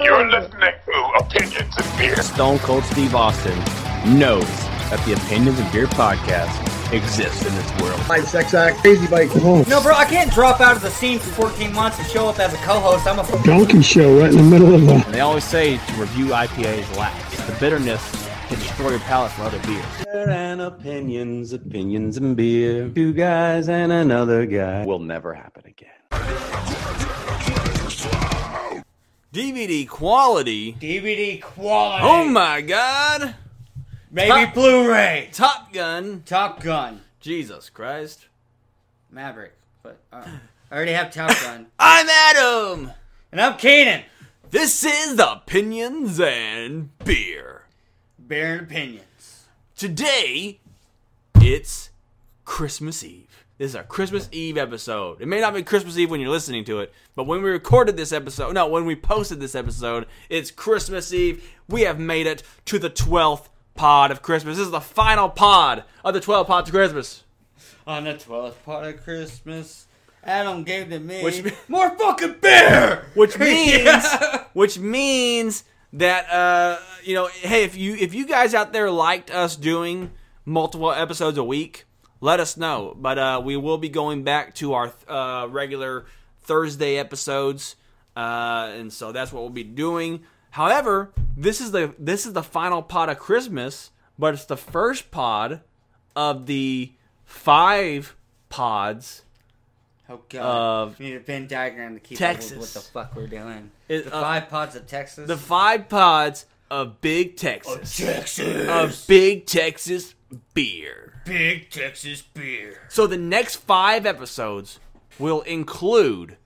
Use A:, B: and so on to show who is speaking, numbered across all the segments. A: You're listening to Opinions and Beer.
B: Stone Cold Steve Austin knows that the Opinions of Beer podcast exists in this world.
C: My sex act, crazy bike.
D: Mm-hmm.
E: No, bro, I can't drop out of the scene for 14 months and show up as a co-host. I'm a f-
F: donkey show right in the middle of uh, the
B: And they always say to review IPAs last. The bitterness can destroy your palate for other beers. And opinions, opinions and beer. Two guys and another guy. Will never happen again.
D: DVD quality.
E: DVD quality.
D: Oh my god.
E: Maybe Blu-ray.
D: Top Gun.
E: Top Gun.
D: Jesus Christ.
E: Maverick. But uh, I already have Top Gun.
D: I'm Adam.
E: and I'm Keenan.
D: This is the Opinions and Beer.
E: Barren opinions.
D: Today, it's Christmas Eve. This is our Christmas Eve episode. It may not be Christmas Eve when you're listening to it, but when we recorded this episode, no, when we posted this episode, it's Christmas Eve. We have made it to the 12th pod of Christmas. This is the final pod of the 12 pods of Christmas.
E: On the 12th part of Christmas, Adam gave to me
D: Which-
E: more fucking beer.
D: which means
E: Yeah.
D: which means that uh you know hey if you if you guys out there liked us doing multiple episodes a week let us know but uh we will be going back to our uh regular thursday episodes uh and so that's what we'll be doing however this is the this is the final pod of christmas but it's the first pod of the five pods
E: Oh god.
D: Uh,
E: we need a Venn diagram to keep
D: Texas.
E: up with what the fuck we're doing.
D: It-
E: the
D: uh,
E: five pods of Texas.
D: the five pods of big texas
E: Texas.
D: of big Texas beer.
E: big Texas beer.
D: So the next five episodes will include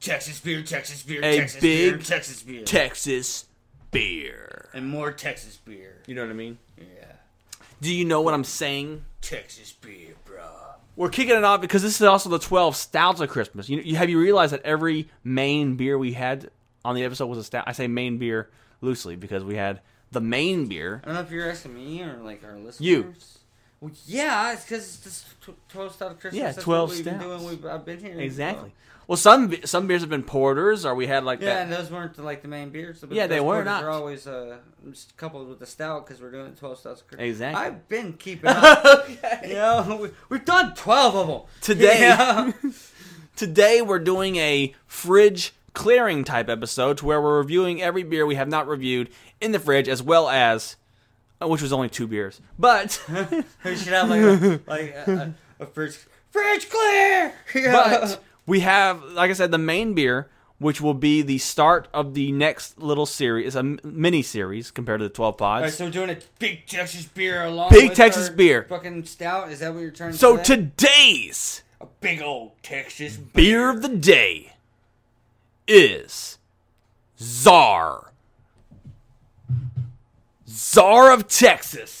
E: Texas beer, Texas beer,
D: A
E: Texas beer,
D: big
E: Texas beer.
D: Texas beer.
E: and more Texas beer.
D: You know what I mean?
E: Yeah.
D: Do you know what I'm saying?
E: Texas beer, bro.
D: We're kicking it off because this is also the 12 stouts of Christmas. You, you have you realized that every main beer we had on the episode was a stout? I say main beer loosely because we had the main beer.
E: I don't know if you're asking me or like our listeners.
D: You.
E: Well, yeah, it's because it's this tw- twelve stout Christmas.
D: Yeah,
E: That's what
D: 12
E: we've been
D: stouts.
E: doing. We've, I've been here
D: Exactly. Well, some be- some beers have been porters, or we had like
E: Yeah, and
D: that.
E: those weren't like the main beers. But
D: Yeah, they
E: those
D: were
E: porters
D: not.
E: They're always uh, just coupled with the stout because we're doing the twelve stouts. Christmas.
D: Exactly.
E: I've been keeping up. You know, we, we've done twelve of them
D: Today.
E: Yeah.
D: Today we're doing a fridge clearing type episode to where we're reviewing every beer we have not reviewed in the fridge as well as uh, which was only two beers. But
E: we should have like a, like a, a, a fridge fridge clear. Yeah.
D: but we have like I said the main beer which will be the start of the next little series, a m- mini series compared to the 12 pods.
E: All right, so we're doing a big Texas beer along
D: Big
E: with
D: Texas
E: our
D: beer.
E: fucking stout. Is that what you're trying to
D: so
E: say?
D: today's
E: a big old Texas beer.
D: beer of the day is Czar. Czar of Texas.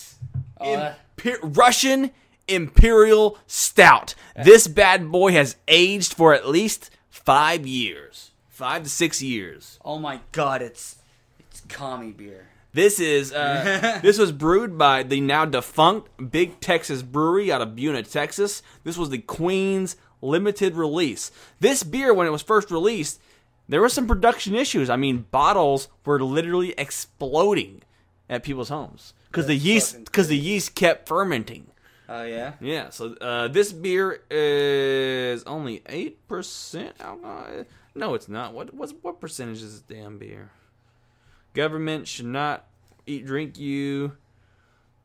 E: that-
D: Imper- Russian Imperial Stout. This bad boy has aged for at least five years. Five to six years.
E: Oh my god, it's it's commie beer.
D: This is uh, this was brewed by the now defunct Big Texas Brewery out of Buna, Texas. This was the Queen's limited release. This beer, when it was first released, there were some production issues. I mean, bottles were literally exploding at people's homes because the yeast
E: fucking
D: because the yeast kept fermenting.
E: Oh yeah.
D: Yeah, so uh, this beer is only eight percent alcohol. No, it's not. What what what percentage is this damn beer? Government should not eat drink you.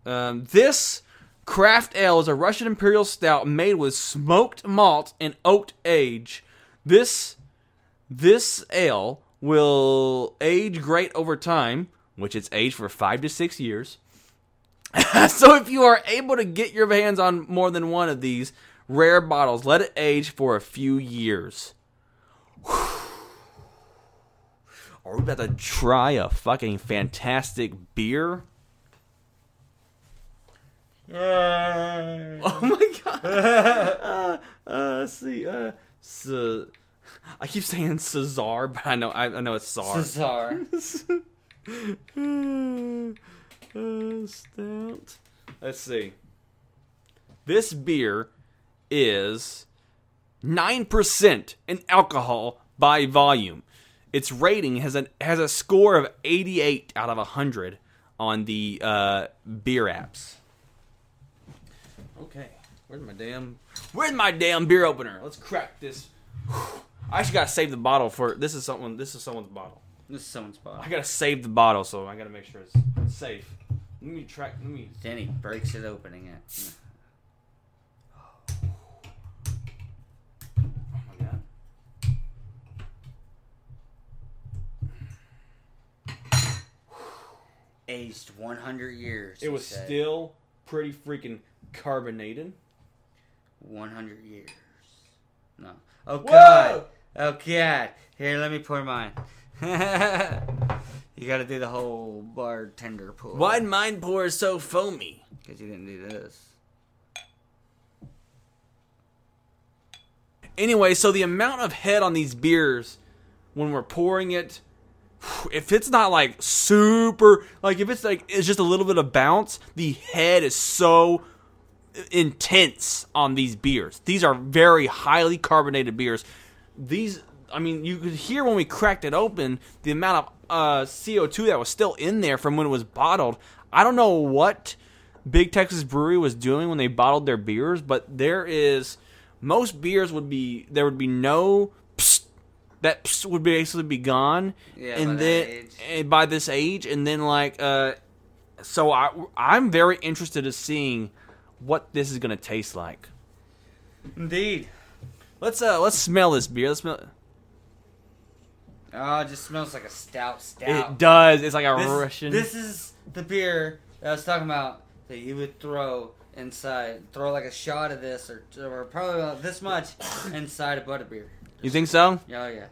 D: Um, this craft ale is a Russian imperial stout made with smoked malt and oaked age. This this ale will age great over time, which it's aged for five to six years. so if you are able to get your hands on more than one of these rare bottles, let it age for a few years. Are we about to try a fucking fantastic beer? Oh my god! Uh, uh, let's see, uh, Ce- I keep saying Cesar, but I know I, I know it's Czar.
E: Bizarre.
D: Uh, stout. Let's see. This beer is 9% in alcohol by volume. Its rating has a has a score of 88 out of 100 on the uh, beer apps. Okay, where's my damn where's my damn beer opener? Let's crack this. I actually gotta save the bottle for this is someone this is someone's bottle.
E: This is someone's spot.
D: I gotta save the bottle, so I gotta make sure it's safe. Let me track. Let me.
E: Then he breaks it, opening it.
D: Oh my god.
E: Aged 100 years.
D: It
E: he
D: was
E: said.
D: still pretty freaking carbonated.
E: 100 years. No. Oh god. Oh god. Here, let me pour mine. you gotta do the whole bartender pour.
D: Why'd mine pour so foamy?
E: Because you didn't do this.
D: Anyway, so the amount of head on these beers when we're pouring it, if it's not like super, like if it's like it's just a little bit of bounce, the head is so intense on these beers. These are very highly carbonated beers. These, I mean, you could hear when we cracked it open the amount of uh, CO2 that was still in there from when it was bottled. I don't know what Big Texas Brewery was doing when they bottled their beers, but there is most beers would be there would be no psst, that psst would basically be gone,
E: Yeah, by
D: and
E: that
D: then
E: age.
D: and by this age, and then like uh, so I I'm very interested in seeing what this is gonna taste like.
E: Indeed.
D: Let's uh let's smell this beer. Let's smell.
E: Oh, it just smells like a stout stout.
D: It does. It's like a
E: This,
D: Russian.
E: this is the beer that I was talking about that you would throw inside. Throw like a shot of this or, or probably about this much inside a butterbeer.
D: you think so?
E: Oh, yeah.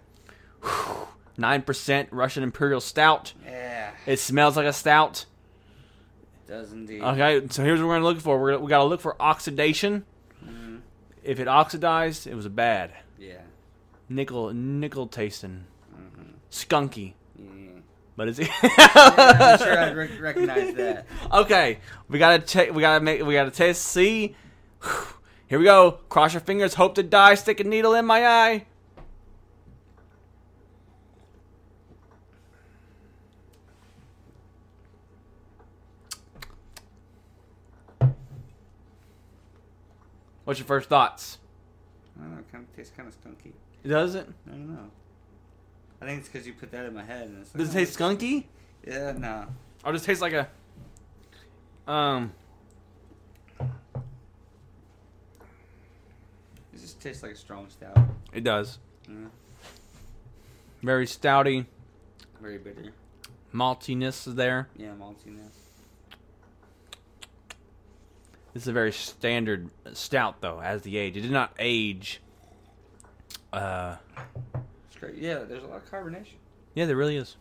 D: Nine percent Russian Imperial Stout.
E: Yeah.
D: It smells like a stout.
E: It does indeed.
D: Okay, so here's what we're gonna look for. We're gonna, we gotta look for oxidation.
E: Mm-hmm.
D: If it oxidized, it was a bad
E: Yeah.
D: nickel nickel tasting, skunky.
E: Mm-hmm. yeah.
D: But it's
E: I'm sure I'd rec- recognize that.
D: okay. We gotta check. We gotta make. We gotta test. See. Here we go. Cross your fingers. Hope to die. Stick a needle in my eye. What's your first thoughts?
E: I don't know, it kind of tastes kind of skunky.
D: It doesn't.
E: I don't know. I think it's because you put that in my head. And it's like,
D: Does it taste skunky?
E: Yeah, no.
D: Or Oh, does it taste like a um?
E: It just tastes like a strong stout.
D: It does.
E: Mm.
D: Very stouty.
E: Very bitter.
D: Maltiness is there.
E: Yeah, maltiness.
D: This is a very standard stout, though, as the age. It did not age. Uh,
E: It's great. Yeah, there's a lot of carbonation.
D: yeah, there really is.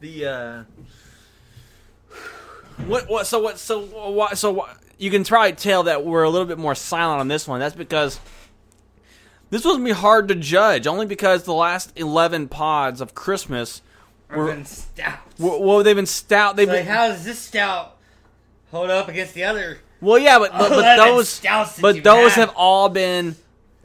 E: The uh,
D: uh, What? What? So what? So why? So why, you can probably tell that we're a little bit more silent on this one. That's because this was gonna be hard to judge, only because the last eleven pods of Christmas were.
E: urban stout.
D: were- Well, they've been stout. They've
E: Like,
D: been,
E: how does this stout hold up against the other?
D: well, yeah, but but, but
E: 11
D: those
E: stouts that
D: but
E: you've
D: those
E: had?
D: have all been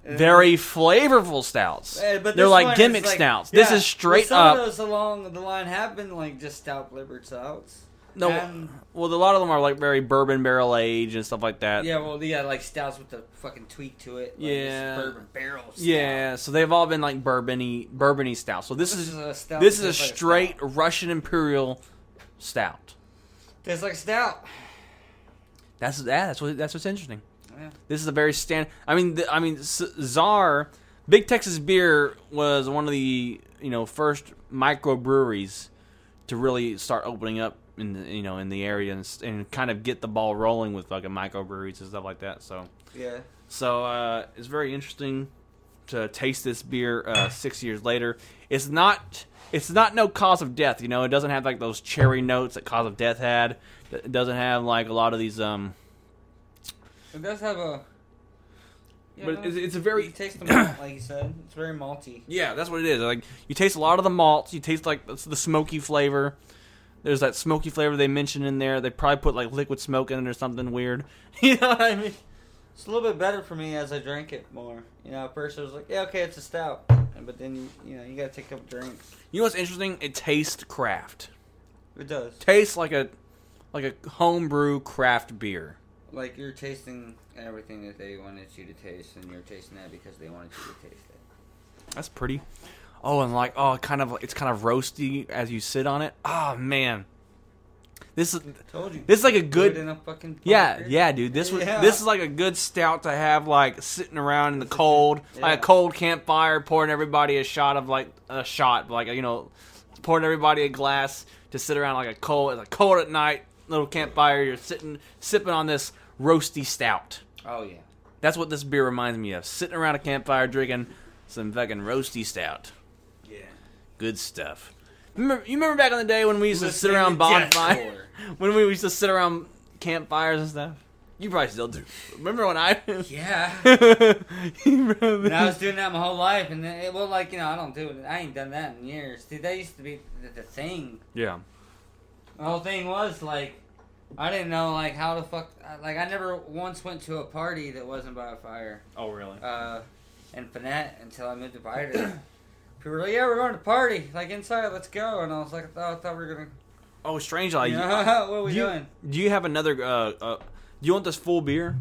D: very flavorful stouts.
E: Eh, but
D: They're
E: this
D: like
E: one
D: gimmick
E: is like-
D: stouts.
E: yeah,
D: This
E: well,
D: is straight
E: some
D: up.
E: of those along the line have been like just stout flavored stouts.
D: No,
E: And-
D: well, a lot of them are like very bourbon barrel age and stuff like that.
E: Yeah, well, yeah, like stouts with the fucking tweak to it. Like
D: Yeah.
E: this bourbon barrel. Stout.
D: yeah. So they've all been like bourbony, bourbony stout. So this,
E: This
D: is
E: is a stout
D: this is a
E: that's like a
D: straight
E: stout.
D: Russian Imperial stout.
E: Tastes like stout.
D: That's yeah, that's what that's what's interesting.
E: Yeah.
D: This is a very stand. I mean, the, I mean, S- Czar Big Texas Beer was one of the you know first microbreweries to really start opening up in the, you know in the area and, s- and kind of get the ball rolling with fucking microbreweries and stuff like that. So.
E: Yeah.
D: So uh, it's very interesting to taste this beer uh, six years later. It's not it's not no cause of death. You know, it doesn't have like those cherry notes that cause of death had. It doesn't have like a lot of these. um
E: It does have a. Yeah,
D: But
E: no,
D: it's, it's a very
E: You taste the malt, like you said. It's very malty.
D: yeah, that's what it is. Like you taste a lot of the malts. You taste like the the smoky flavor. There's that smoky flavor they mentioned in there. They probably put like liquid smoke in it or something weird. you know what I mean?
E: It's a little bit better for me as I drank it more. You know, at first I was like, yeah, okay, it's a stout. but then you, you know you gotta take a couple drinks.
D: You know what's interesting? It tastes craft.
E: It does.
D: Tastes like a like a homebrew craft beer.
E: Like you're tasting everything that they wanted you to taste, and you're tasting that because they wanted you to taste it.
D: That's pretty. Oh, and like oh, kind of it's kind of roasty as you sit on it. Oh man, this is
E: Told you.
D: This is like a
E: Do
D: good-
E: it in a fucking.
D: yeah
E: bunker.
D: yeah, dude. This was
E: Yeah.
D: this is like a good stout to have like sitting around in the cold, like
E: Yeah.
D: a cold campfire, pouring everybody a shot of like a shot, like you know, pouring everybody a glass to sit around like a cold, it's like cold at night, little campfire. You're sitting sipping on this roasty stout.
E: Oh yeah.
D: That's what this beer reminds me of. Sitting around a campfire drinking some fucking roasty stout.
E: Yeah.
D: Good stuff. Remember, you remember back in the day when we used to sit around bonfire? When we used to sit around campfires and stuff? You probably still do. Remember when I.
E: Yeah.
D: You remember-
E: And I was doing that my whole life, and then it well, like you know, I don't do it. I ain't done that in years. Dude, that used to be the, the thing.
D: yeah.
E: The whole thing was like, I didn't know like how the fuck. I- Like I never once went to a party that wasn't by a fire.
D: Oh, really?
E: Uh, in Finette until I moved to Biden. People were like, "Yeah, we're going to party. Like inside, let's go." And I was like, "I thought, I thought we were gonna."
D: Oh, strange. Like, you-
E: Yeah, what are we
D: do you,
E: doing?
D: Do you have another. Uh, uh, do you want this full beer?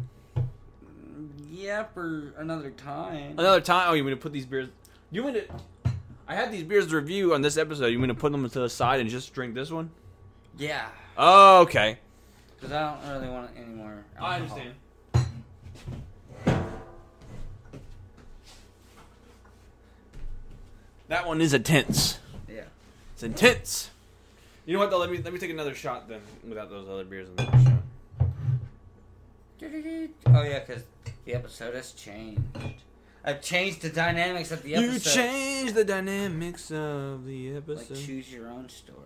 E: Yeah, for another time.
D: Another time. Oh, you mean to put these beers. You mean to. I had these beers to review on this episode. You mean to put them to the side and just drink this one?
E: Yeah,
D: Oh, okay.
E: because I don't really want any more.
D: I
E: alcohol.
D: understand. That one is intense.
E: Yeah.
D: It's intense. You know what though? Let me let me take another shot then, without those other beers in the shot.
E: Oh yeah, because the episode has changed. I've changed the dynamics of the episode.
D: You change the dynamics of the
E: Like
D: episode.
E: choose your own story.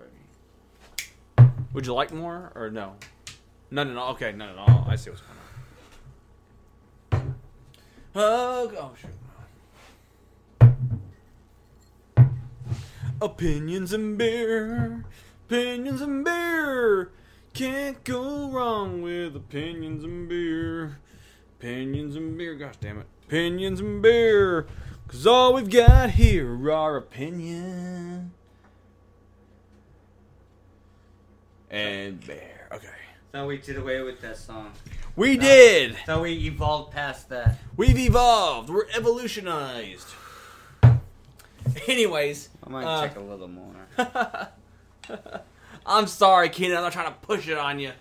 D: Would you like more or no? None at all. Okay, none at all. I see what's going on. Oh, oh shoot. Opinions and beer. Opinions and beer. Can't go wrong with opinions and beer. Opinions and beer. Gosh damn it. Opinions and beer. Cause all we've got here are opinions. And beer. Okay.
E: So we did away with that song.
D: We did!
E: So we evolved past that.
D: We've evolved. We're evolutionized. Anyways,
E: I might
D: uh,
E: check a little more.
D: I'm sorry, Keenan. I'm not trying to push it on you.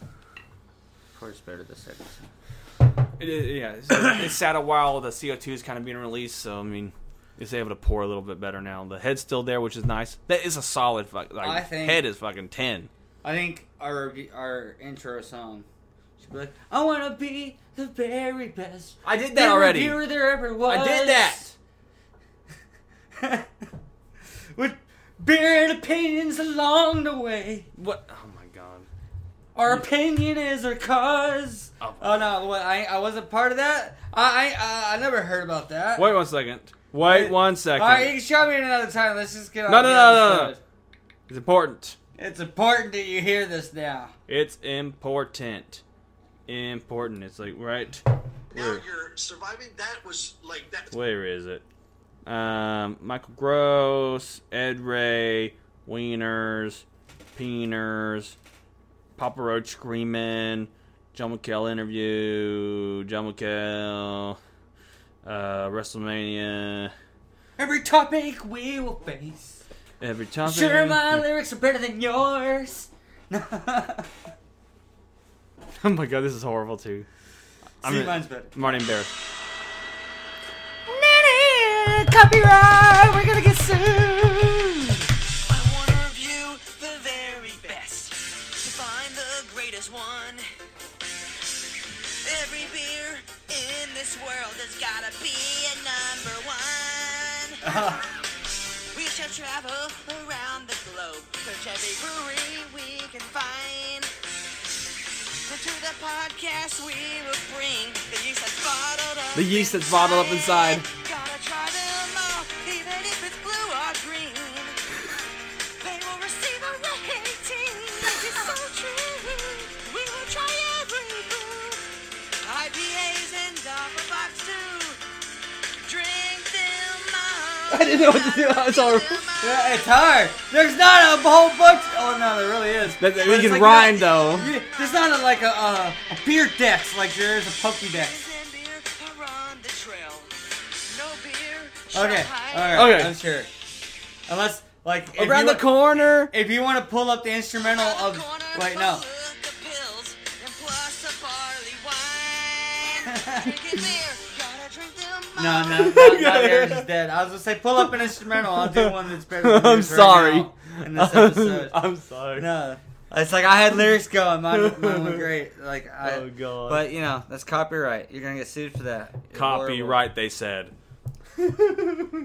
E: Of course, better this episode.
D: It is, yeah, it's, it sat a while. The CO2 is kind of being released, so I mean, it's able to pour a little bit better now. The head's still there, which is nice. That is a solid fuck. Like,
E: I think-
D: head is fucking ten.
E: I think our rev- our intro song should be like, "I want to be the very best."
D: I did
E: The
D: that already.
E: reviewer there ever was.
D: I did
E: that. With beer and opinions along the way.
D: What? Oh my god.
E: Our opinion is our cause.
D: Oh.
E: Oh, no, what, I I wasn't part of that. I uh, I, I never heard about that.
D: Wait one second. Wait one second.
E: All right, you can show me another time. Let's just get on.
D: No,
E: with
D: no,
E: the
D: no, no,
E: episode.
D: It's important.
E: It's important that you hear this now.
D: It's important. Important. It's like right.
C: Now
D: Where-
C: you're surviving. That was like that.
D: Where is it? Um, Michael Gross, Ed Ray, Wieners, Peeners, Papa Roach Screaming, John McKell interview, John McKell, uh, WrestleMania,
E: Every topic we will face.
D: every time.
E: Sure, my lyrics are better than yours.
D: oh my god, this is horrible too. I'm,
E: See,
D: in-
E: mine's better.
D: I'm already embarrassed.
E: Copyright. We're gonna get sued.
G: I want to review the very best to find the greatest one. Every beer in this world has gotta be a number one.
D: Uh-huh.
G: We shall travel around the globe, search every brewery we can find. And to the podcast we will bring the yeast that's bottled up.
D: The yeast that's bottled up inside.
G: Gotta try them all, even if it's blue or green. They will receive a rating. This is so true. We will try every brew. IPAs and Doppelbox too. Drink them
D: I didn't know what to do. I was all.
E: Yeah, it's hard. There's not a whole bunch. Oh no, there really is.
D: That,
E: But
D: we
E: it's
D: can
E: like
D: rhyme though.
E: not- you- There's not a, like a, a, a beer dex like there is a Pokédex.
G: and beer are on the trail. No beer. shall
E: Okay,
G: hide.
E: all right.
D: Okay.
E: I'm sure. Unless like if
D: Around
E: you,
D: the corner.
E: If you want to pull up the instrumental
G: Around
E: of
G: the corner,
E: wait
G: full
E: no.
G: of the pills and plus a barley wine. Drinking beer, gotta drink them
E: No,
G: all.
E: no, no, no, Eric's is dead. I was gonna say, pull up an instrumental. I'll do one that's better. Than
D: I'm
E: yours right
D: sorry.
E: now in this episode,
D: I'm sorry.
E: no, it's like I had lyrics going. Mine, mine were great. Like I,
D: Oh, God.
E: But you know, that's copyright. You're gonna get sued for that. You're
D: Copyright, they said.
E: horrible.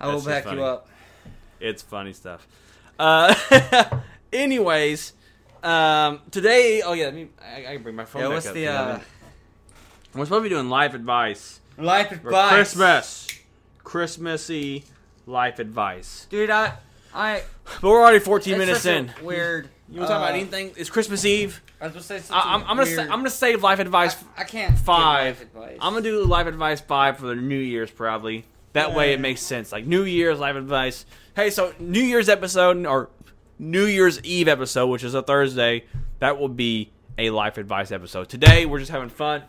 E: I will
D: That's just
E: back
D: funny.
E: you up.
D: It's funny stuff. Uh, anyways, um, today. Oh yeah, let me, I, I can bring my phone.
E: Yeah,
D: back
E: what's
D: up
E: the
D: here.
E: uh,
D: We're supposed to be doing life advice
E: life
D: for
E: advice?
D: Christmas, Christmassy life advice.
E: dude. I, I.
D: But we're already 14
E: it's
D: minutes
E: such a
D: in.
E: Weird.
D: You want to talk about
E: uh,
D: anything? It's Christmas Eve.
E: I was gonna say. Such
D: I, I'm, I'm gonna sa-
E: Weird,
D: I'm gonna save life advice.
E: I can't. give
D: five.
E: life advice.
D: I'm gonna do life advice five for the New Year's probably. That way it makes sense. Like New Year's life advice. Hey, so New Year's episode or New Year's Eve episode, which is a Thursday, that will be a life advice episode. Today we're just having fun,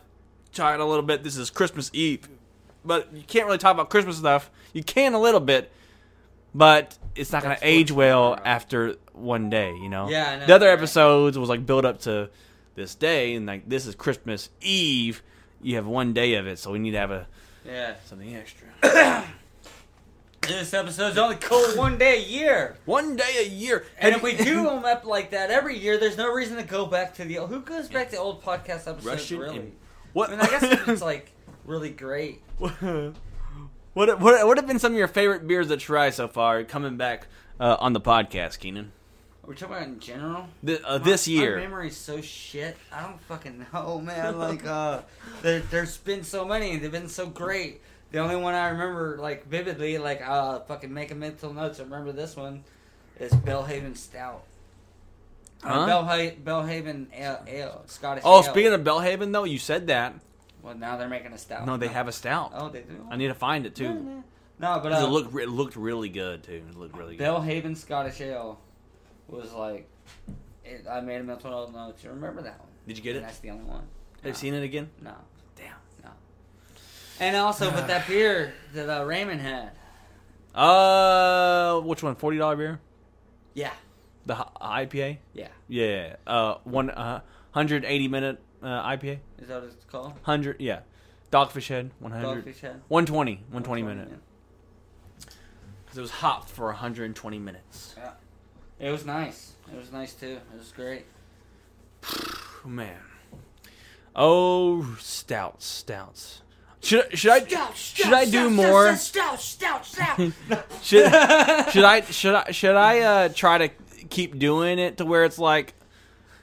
D: talking a little bit. This is Christmas Eve, but you can't really talk about Christmas stuff. You can a little bit, but it's not gonna
E: That's what
D: age well
E: we're on.
D: after one day. You know.
E: Yeah, I know,
D: The other
E: right.
D: episodes was like build up to this day, and like this is Christmas Eve. You have one day of it, so we need to have a
E: Yeah.
D: something extra.
E: This episode's only cool one day a year.
D: one day a year,
E: And if we do them up like that every year, there's no reason to go back to the old. Who goes back to old podcast episodes,
D: Russian
E: really?
D: and-
E: I
D: what?
E: mean, I guess if it's like really great.
D: what, what what have been some of your favorite beers to try so far coming back uh, on the podcast, Keenan?
E: Are we talking about in general?
D: Th- uh,
E: My-
D: this
E: My
D: year,
E: memory's so shit. I don't fucking know, man. Like, uh, there, there's been so many. They've been so great. The only one I remember, like, vividly, like, uh, fucking make a mental note to remember this one is Bellhaven Stout.
D: Huh?
E: Uh, Bellha- Bellhaven Ale, Ale, Scottish
D: oh,
E: Ale.
D: speaking of Bellhaven, though, you said that.
E: Well, now they're making a stout.
D: No, they have a stout.
E: Oh, they do?
D: I need to find it too.
E: No, but
D: 'Cause
E: uh,
D: it looked re- it looked really good too. It looked really good.
E: Bellhaven Scottish Ale was like, it, I made a mental note note to remember that one.
D: Did you get
E: And
D: it?
E: That's the only one.
D: Have you seen it again?
E: No,
D: Damn.
E: no. And also, but that beer that uh, Raymond had,
D: Uh, which one? Forty dollar beer?
E: yeah,
D: The uh, hi- IPA?
E: yeah,
D: Yeah. Uh, one uh, hundred eighty minute uh, IPA.
E: is that what it's called?
D: Hundred. Yeah. Dogfish Head. One hundred.
E: Dogfish Head.
D: 120, 120 minute.
E: yeah.
D: 'Cause It was hopped for 120 minutes.
E: It was nice. It was nice too. It was great.
D: Oh, man. Oh, stouts, stouts. Should should I should I do more?
G: Stout, stout, stout.
D: Should should I should I should I uh, try to keep doing it to where it's like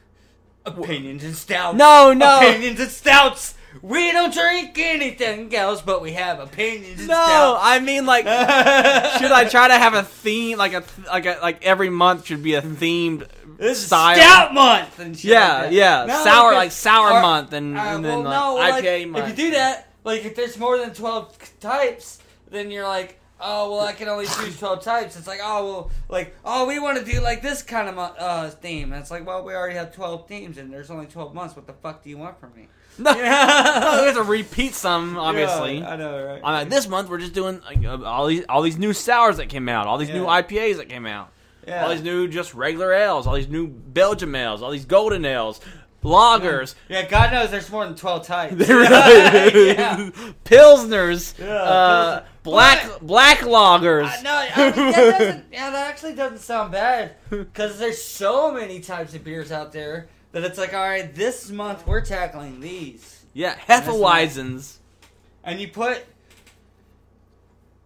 E: Opinions and stouts.
D: no no
E: Opinions and stouts. We don't drink anything else, but we have opinions. and
D: No,
E: stouts.
D: I mean like, should I try to have a theme like a like a, like every month should be a themed
E: This is
D: style?
E: Stout month and shit
D: Yeah,
E: like that.
D: yeah,
E: No,
D: sour
E: because-
D: like sour
E: or-
D: month and,
E: uh,
D: and then
E: well,
D: like,
E: no, like,
D: IPA month.
E: If you do that, like if there's more than twelve c- types, then you're like, oh well, I can only choose twelve types. It's like, oh well, like oh we want to do like this kind of mo- uh, theme. And it's like, well, we already have twelve themes and there's only twelve months. What the fuck do you want from me?
D: no, we have to repeat some obviously.
E: Yeah, Uh, I know, right?
D: I mean, this month we're just doing like, uh, all these all these new sours that came out, all these new
E: Yeah.
D: IPAs that came out,
E: yeah.
D: all these new just regular ales, all these new Belgium ales, all these golden ales, lagers.
E: yeah, God knows there's more than twelve types.
D: They really
E: Yeah.
D: Pilsners,
E: Yeah,
D: uh,
E: Pilsner.
D: black black loggers.
E: Uh, no, I mean, that doesn't, yeah, that actually doesn't sound bad because there's so many types of beers out there that it's like, all right, this month we're tackling these,
D: yeah, Hefeweizens.
E: and you put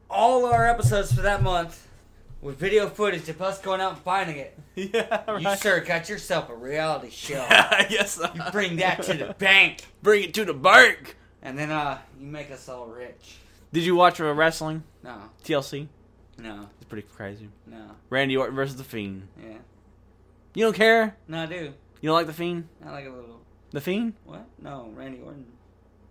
E: all our episodes for that month with video footage of us going out and finding it.
D: Yeah,
E: You sure got yourself a reality show.
D: yes.
E: You bring that to the bank,
D: bring it to the bank.
E: and then uh, you make us all rich.
D: Did you watch uh, wrestling
E: No,
D: TLC?
E: no,
D: It's pretty crazy.
E: no,
D: Randy Orton versus the Fiend.
E: yeah,
D: You don't care?
E: no, I do.
D: You don't like the Fiend?
E: I like a little.
D: The Fiend?
E: What? No, Randy Orton.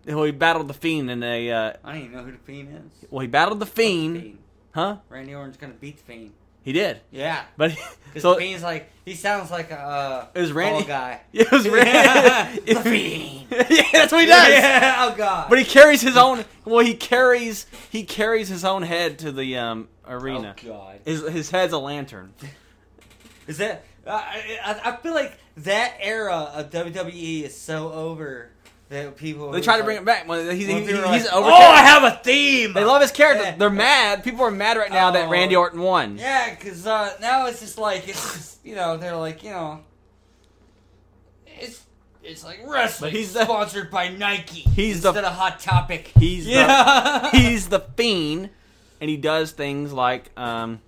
D: Well, he battled the Fiend in a. Uh,
E: I don't even know who the fiend is.
D: well, he battled the Fiend Huh?
E: Randy Orton's gonna beat the Fiend.
D: He did.
E: Yeah.
D: But
E: Because
D: so
E: the Fiend's like he sounds like a uh,
D: It was Randy-
E: bald guy.
D: it was
E: Yeah.
D: Randy.
E: the Fiend.
D: yeah, that's what he does.
E: Yeah. Oh God.
D: But he carries his own. Well, he carries he carries his own head to the um, arena.
E: Oh God.
D: His his head's a lantern.
E: Is that? uh, I, I, I feel like that era of WWE is so over that people
D: They try to bring it back. Well, he's,
E: Well,
D: he-
E: they were
D: he's
E: like,
D: over.
E: "Oh, I have a theme."
D: They love his character.
E: Yeah.
D: They're mad. People are mad right now that
E: Oh.
D: Randy Orton won.
E: Yeah, because uh, now it's just like it's just, you know they're like you know it's it's like wrestling
D: But he's the-
E: sponsored by Nike
D: He's the-
E: instead of Hot Topic.
D: He's the
E: yeah.
D: he's the fiend, and he does things like um,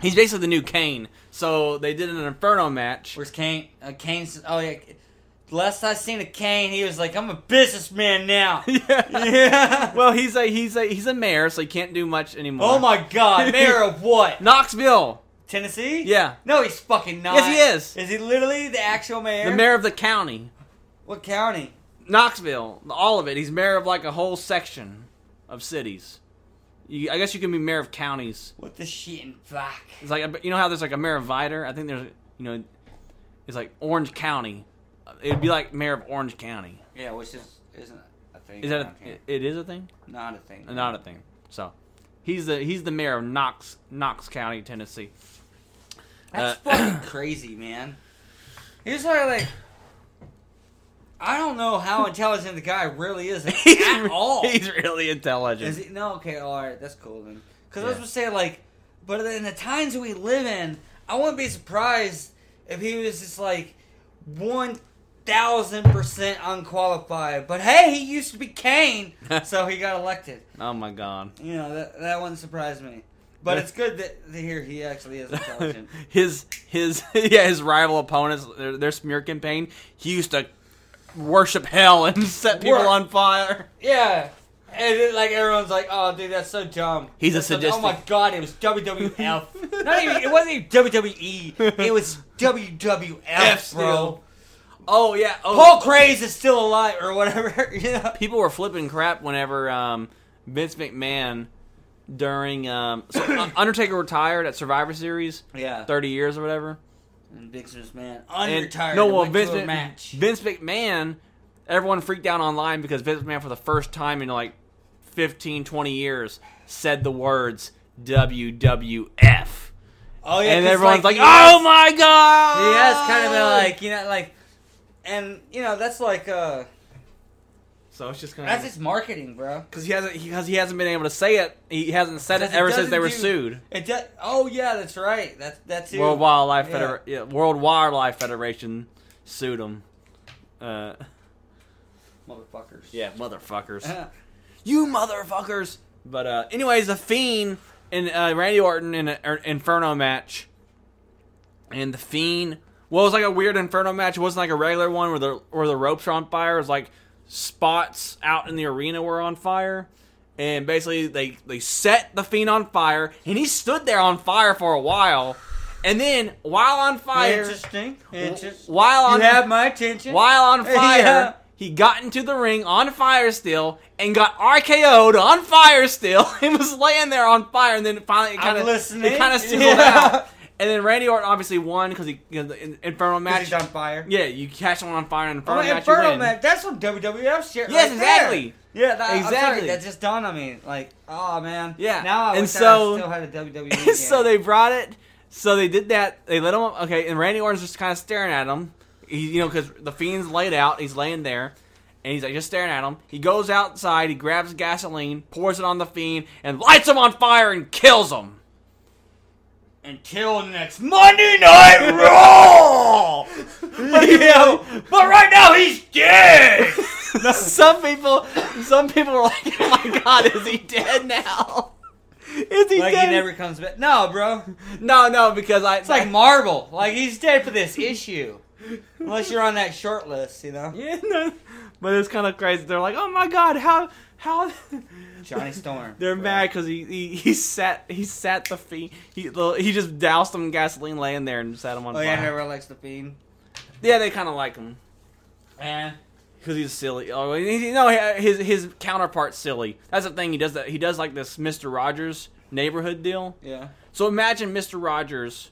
D: he's basically the new Kane. So they did an Inferno match.
E: Where's Kane? Uh, Kane's oh yeah. Last I seen a Kane, he was like, "I'm a businessman now."
D: yeah.
E: Yeah.
D: Well, he's a he's a he's a mayor, so he can't do much anymore.
E: oh my God, mayor of what?
D: Knoxville,
E: Tennessee?
D: Yeah.
E: No, he's fucking not.
D: Yes, he is.
E: Is he literally the actual mayor?
D: the mayor of the county,
E: What county?
D: Knoxville, all of it. He's mayor of like a whole section of cities. You, I guess you can be mayor of counties.
E: What the shit in black?
D: It's like you know how there's like a mayor of Vider. I think there's you know, it's like Orange County. It'd be like mayor of Orange County.
E: Yeah, which is isn't a thing.
D: Is that a,
E: around here.
D: it is a thing?
E: not a thing?
D: Not a thing. So, he's the he's the mayor of Knox Knox County, Tennessee.
E: That's
D: Uh,
E: fucking crazy, man. He's like, like, I don't know how intelligent the guy really is at all.
D: He's really intelligent.
E: Is he, no, okay, all right, that's cool then. Because I was
D: Yeah.
E: gonna say like, but in the times we live in, I wouldn't be surprised if he was just like one thousand percent unqualified. But hey, he used to be Kane, so he got elected.
D: oh my god.
E: You know that that wouldn't surprise me. But it's good that to hear he actually is intelligent.
D: his his yeah his rival opponents their, their smear campaign. He used to worship hell and set people
E: Wor-
D: on fire.
E: yeah. And it, like everyone's like, "Oh, dude, that's so dumb."
D: He's a
E: That's so-
D: sadistic-
E: oh my god, it was WWF. Not even. It wasn't even WWE. It was WWF,
D: F
E: bro.
D: still. Oh yeah. Oh,
E: Paul Craze is still alive or whatever. you know?
D: people were flipping crap whenever um, Vince McMahon during um, so Un- Undertaker retired at Survivor Series,
E: Yeah.
D: thirty years or whatever.
E: And Vince's man
D: And-
E: unretired.
D: no,
E: and
D: well
E: went to
D: Vince
E: a
D: Mc-
E: match.
D: Vince McMahon, everyone freaked out online because Vince McMahon for the first time in like 15, 20 years said the words WWF.
E: oh yeah,
D: and
E: 'cause,
D: everyone's like,
E: he
D: "Oh
E: has-
D: my god!"
E: He has kind of been like you know like, and you know that's like uh
D: So it's just kind
E: that's
D: of
E: just marketing, bro.
D: because he hasn't because he hasn't been able to say it. He hasn't said it
E: Because it
D: ever since
E: doesn't
D: they were
E: do-
D: sued.
E: It does. Oh yeah, that's right. That's that's
D: World Wildlife
E: Yeah.
D: Feder- yeah, World Wildlife Federation sued him. Uh,
E: motherfuckers.
D: yeah, motherfuckers.
E: Yeah.
D: you motherfuckers. But uh, anyways, the Fiend and uh, Randy Orton in an Inferno match, and the Fiend. Well, it was like a weird Inferno match. It wasn't like a regular one where the where the ropes are on fire. It was like spots out in the arena were on fire, and basically they they set the Fiend on fire, and he stood there on fire for a while, and then while on fire,
E: Interesting. Interesting.
D: while
E: You
D: on
E: have my attention.
D: while on fire,
E: Yeah.
D: he got into the ring on fire still and got RKO'd on fire still and was laying there on fire and then finally it
E: I'm
D: kind of
E: listening.
D: it kind of sizzled
E: Yeah.
D: out. And then Randy Orton obviously won because he you know, the in- Inferno
E: Match
D: match.
E: on fire.
D: Yeah, you catch someone on fire in an
E: Oh,
D: Inferno match, you
E: Inferno
D: win.
E: match. That's some WWF shit.
D: Yes,
E: right
D: exactly.
E: There. Yeah, that, exactly. I'm
D: Exactly.
E: sorry, that just dawned on me. Like, oh man.
D: Yeah.
E: Now I
D: And
E: wish
D: so-
E: I still had a WWE. game.
D: so they brought it. So they did that. They let him up. Okay, and Randy Orton's just kind of staring at him. He, you know, because the fiend's laid out. He's laying there, and he's like just staring at him. He goes outside. He grabs gasoline, pours it on the fiend, and lights him on fire and kills him.
E: until next Monday Night Raw.
D: But, you know,
E: but right now he's dead.
D: some people, some people were like, "Oh my god, is he dead now? Is he
E: like
D: dead?"
E: he never comes back. No, bro.
D: No, no, because I.
E: It's like Marvel. Like he's dead for this issue. Unless you're on that short list, you know.
D: Yeah, no, but it's kind of crazy. They're like, "Oh my god, how how."
E: Johnny Storm.
D: They're
E: bro.
D: mad because he, he he sat he sat the fiend he the- he just doused him in gasoline laying there and set him on
E: Oh
D: fire.
E: yeah,
D: Yeah,
E: everyone likes the fiend.
D: they kind of like him
E: And
D: because he's silly. Oh, he, he- no, his his counterpart's silly. That's the thing. He does that. He does like this Mister Rogers neighborhood deal.
E: Yeah.
D: So imagine Mr. Rogers.